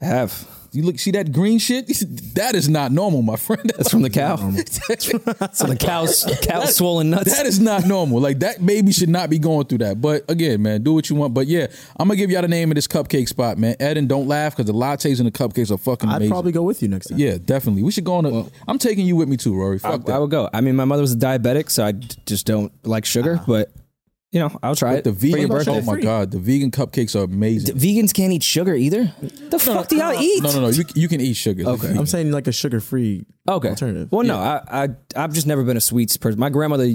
I have. you look see that green shit. That is not normal, my friend. That's from the cow. so the cow's cow's swollen nuts. That is not normal. Like that baby should not be going through that. But again, man, do what you want. But yeah, I'm gonna give y'all the name of this cupcake spot, man. Ed and don't laugh because the lattes and the cupcakes are fucking I'd amazing. probably go with you next time. yeah, definitely. We should go on. A, I'm taking you with me too, Rory. Fuck I that. would go. I mean, my mother was a diabetic, so I d- just don't like sugar, but you know, I'll try it. Ah. the for your vegan. birthday. Oh my god, the vegan cupcakes are amazing. Vegans can't eat sugar either. The fuck do y'all eat? No, no, no. You, you can eat sugar. Okay. I'm saying like a sugar-free Okay. alternative. Well, no, I, I I've just never been a sweets person. My grandmother,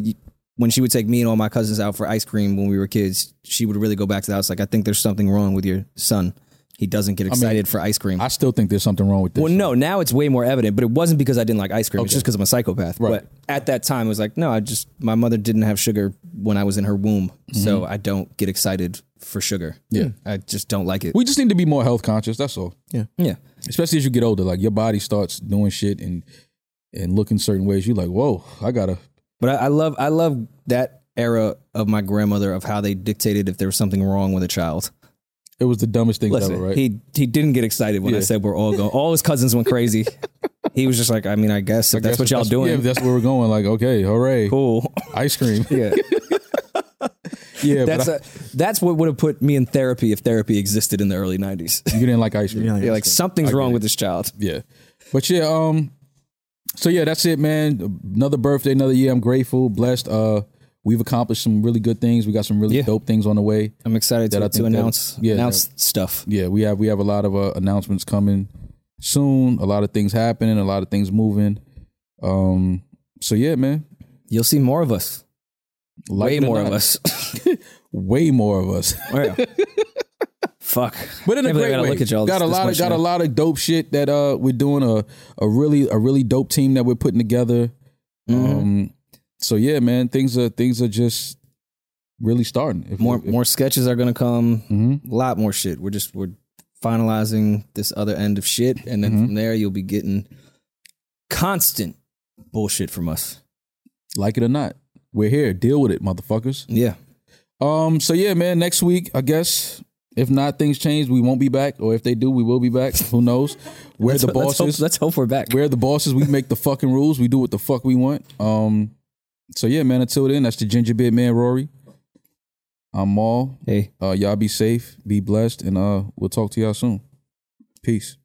when she would take me and all my cousins out for ice cream when we were kids, she would really go back to the house like, I think there's something wrong with your son. He doesn't get excited for ice cream. I still think there's something wrong with this. well, no, now it's way more evident, but it wasn't because I didn't like ice cream. It's just because I'm a psychopath. Right. But at that time, it was like, no, I just, my mother didn't have sugar when I was in her womb. So Mm-hmm. I don't get excited for sugar. Yeah. I just don't like it. we just need to be more health conscious. That's all. yeah. Especially as you get older, like your body starts doing shit and and looking certain ways. You're like, whoa, I gotta. But I, I love I love that era of my grandmother of how they dictated if there was something wrong with a child. It was the dumbest thing Listen, ever, right? he he didn't get excited when I Yeah. said we're all going. All his cousins went crazy. he was just like, I mean, I guess if that's what y'all doing, Yeah, that's where we're going. Like, okay, hooray, cool. ice cream. Yeah, yeah, that's but a, that's what would have put me in therapy if therapy existed in the early nineties. I- you didn't like ice cream. You know, Yeah. like something's wrong with this child. but yeah, um, so yeah, that's it, man. Another birthday, another year. I'm grateful, blessed. Uh, we've accomplished some really good things. We got some really Yeah. dope things on the way. I'm excited That I to, think to that- announce yeah, announce stuff. yeah, we have we have a lot of uh, announcements coming soon. A lot of things happening. A lot of things moving. Um. So yeah, man. You'll see more of us, Like way it or more not, Oh, of us. Way more of us. Yeah. Fuck. But in a Can't believe I great gotta way. look at y'all got a this- this lot of much got a now. lot of dope shit that uh we're doing a a really a really dope team that we're putting together. Um. So yeah, man. Things are things are just really starting. If more if- more sketches are gonna come. Mhm. A lot more shit. We're just we're finalizing this other end of shit, and then from there you'll be getting constant bullshit from us. like it or not, we're here. Deal with it, motherfuckers. Yeah, Um. So yeah, man. Next week, I guess. If not, things change. We won't be back, or if they do, we will be back. Who knows? We're the Let's hope, bosses. let's hope we're back. We're the bosses. We make the fucking rules. We do what the fuck we want. Um. So yeah, man. Until then, that's the gingerbread man, Rory. I'm Maul. hey, Uh, y'all be safe, be blessed, and uh, we'll talk to y'all soon. Peace.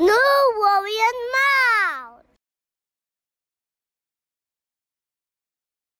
No worry and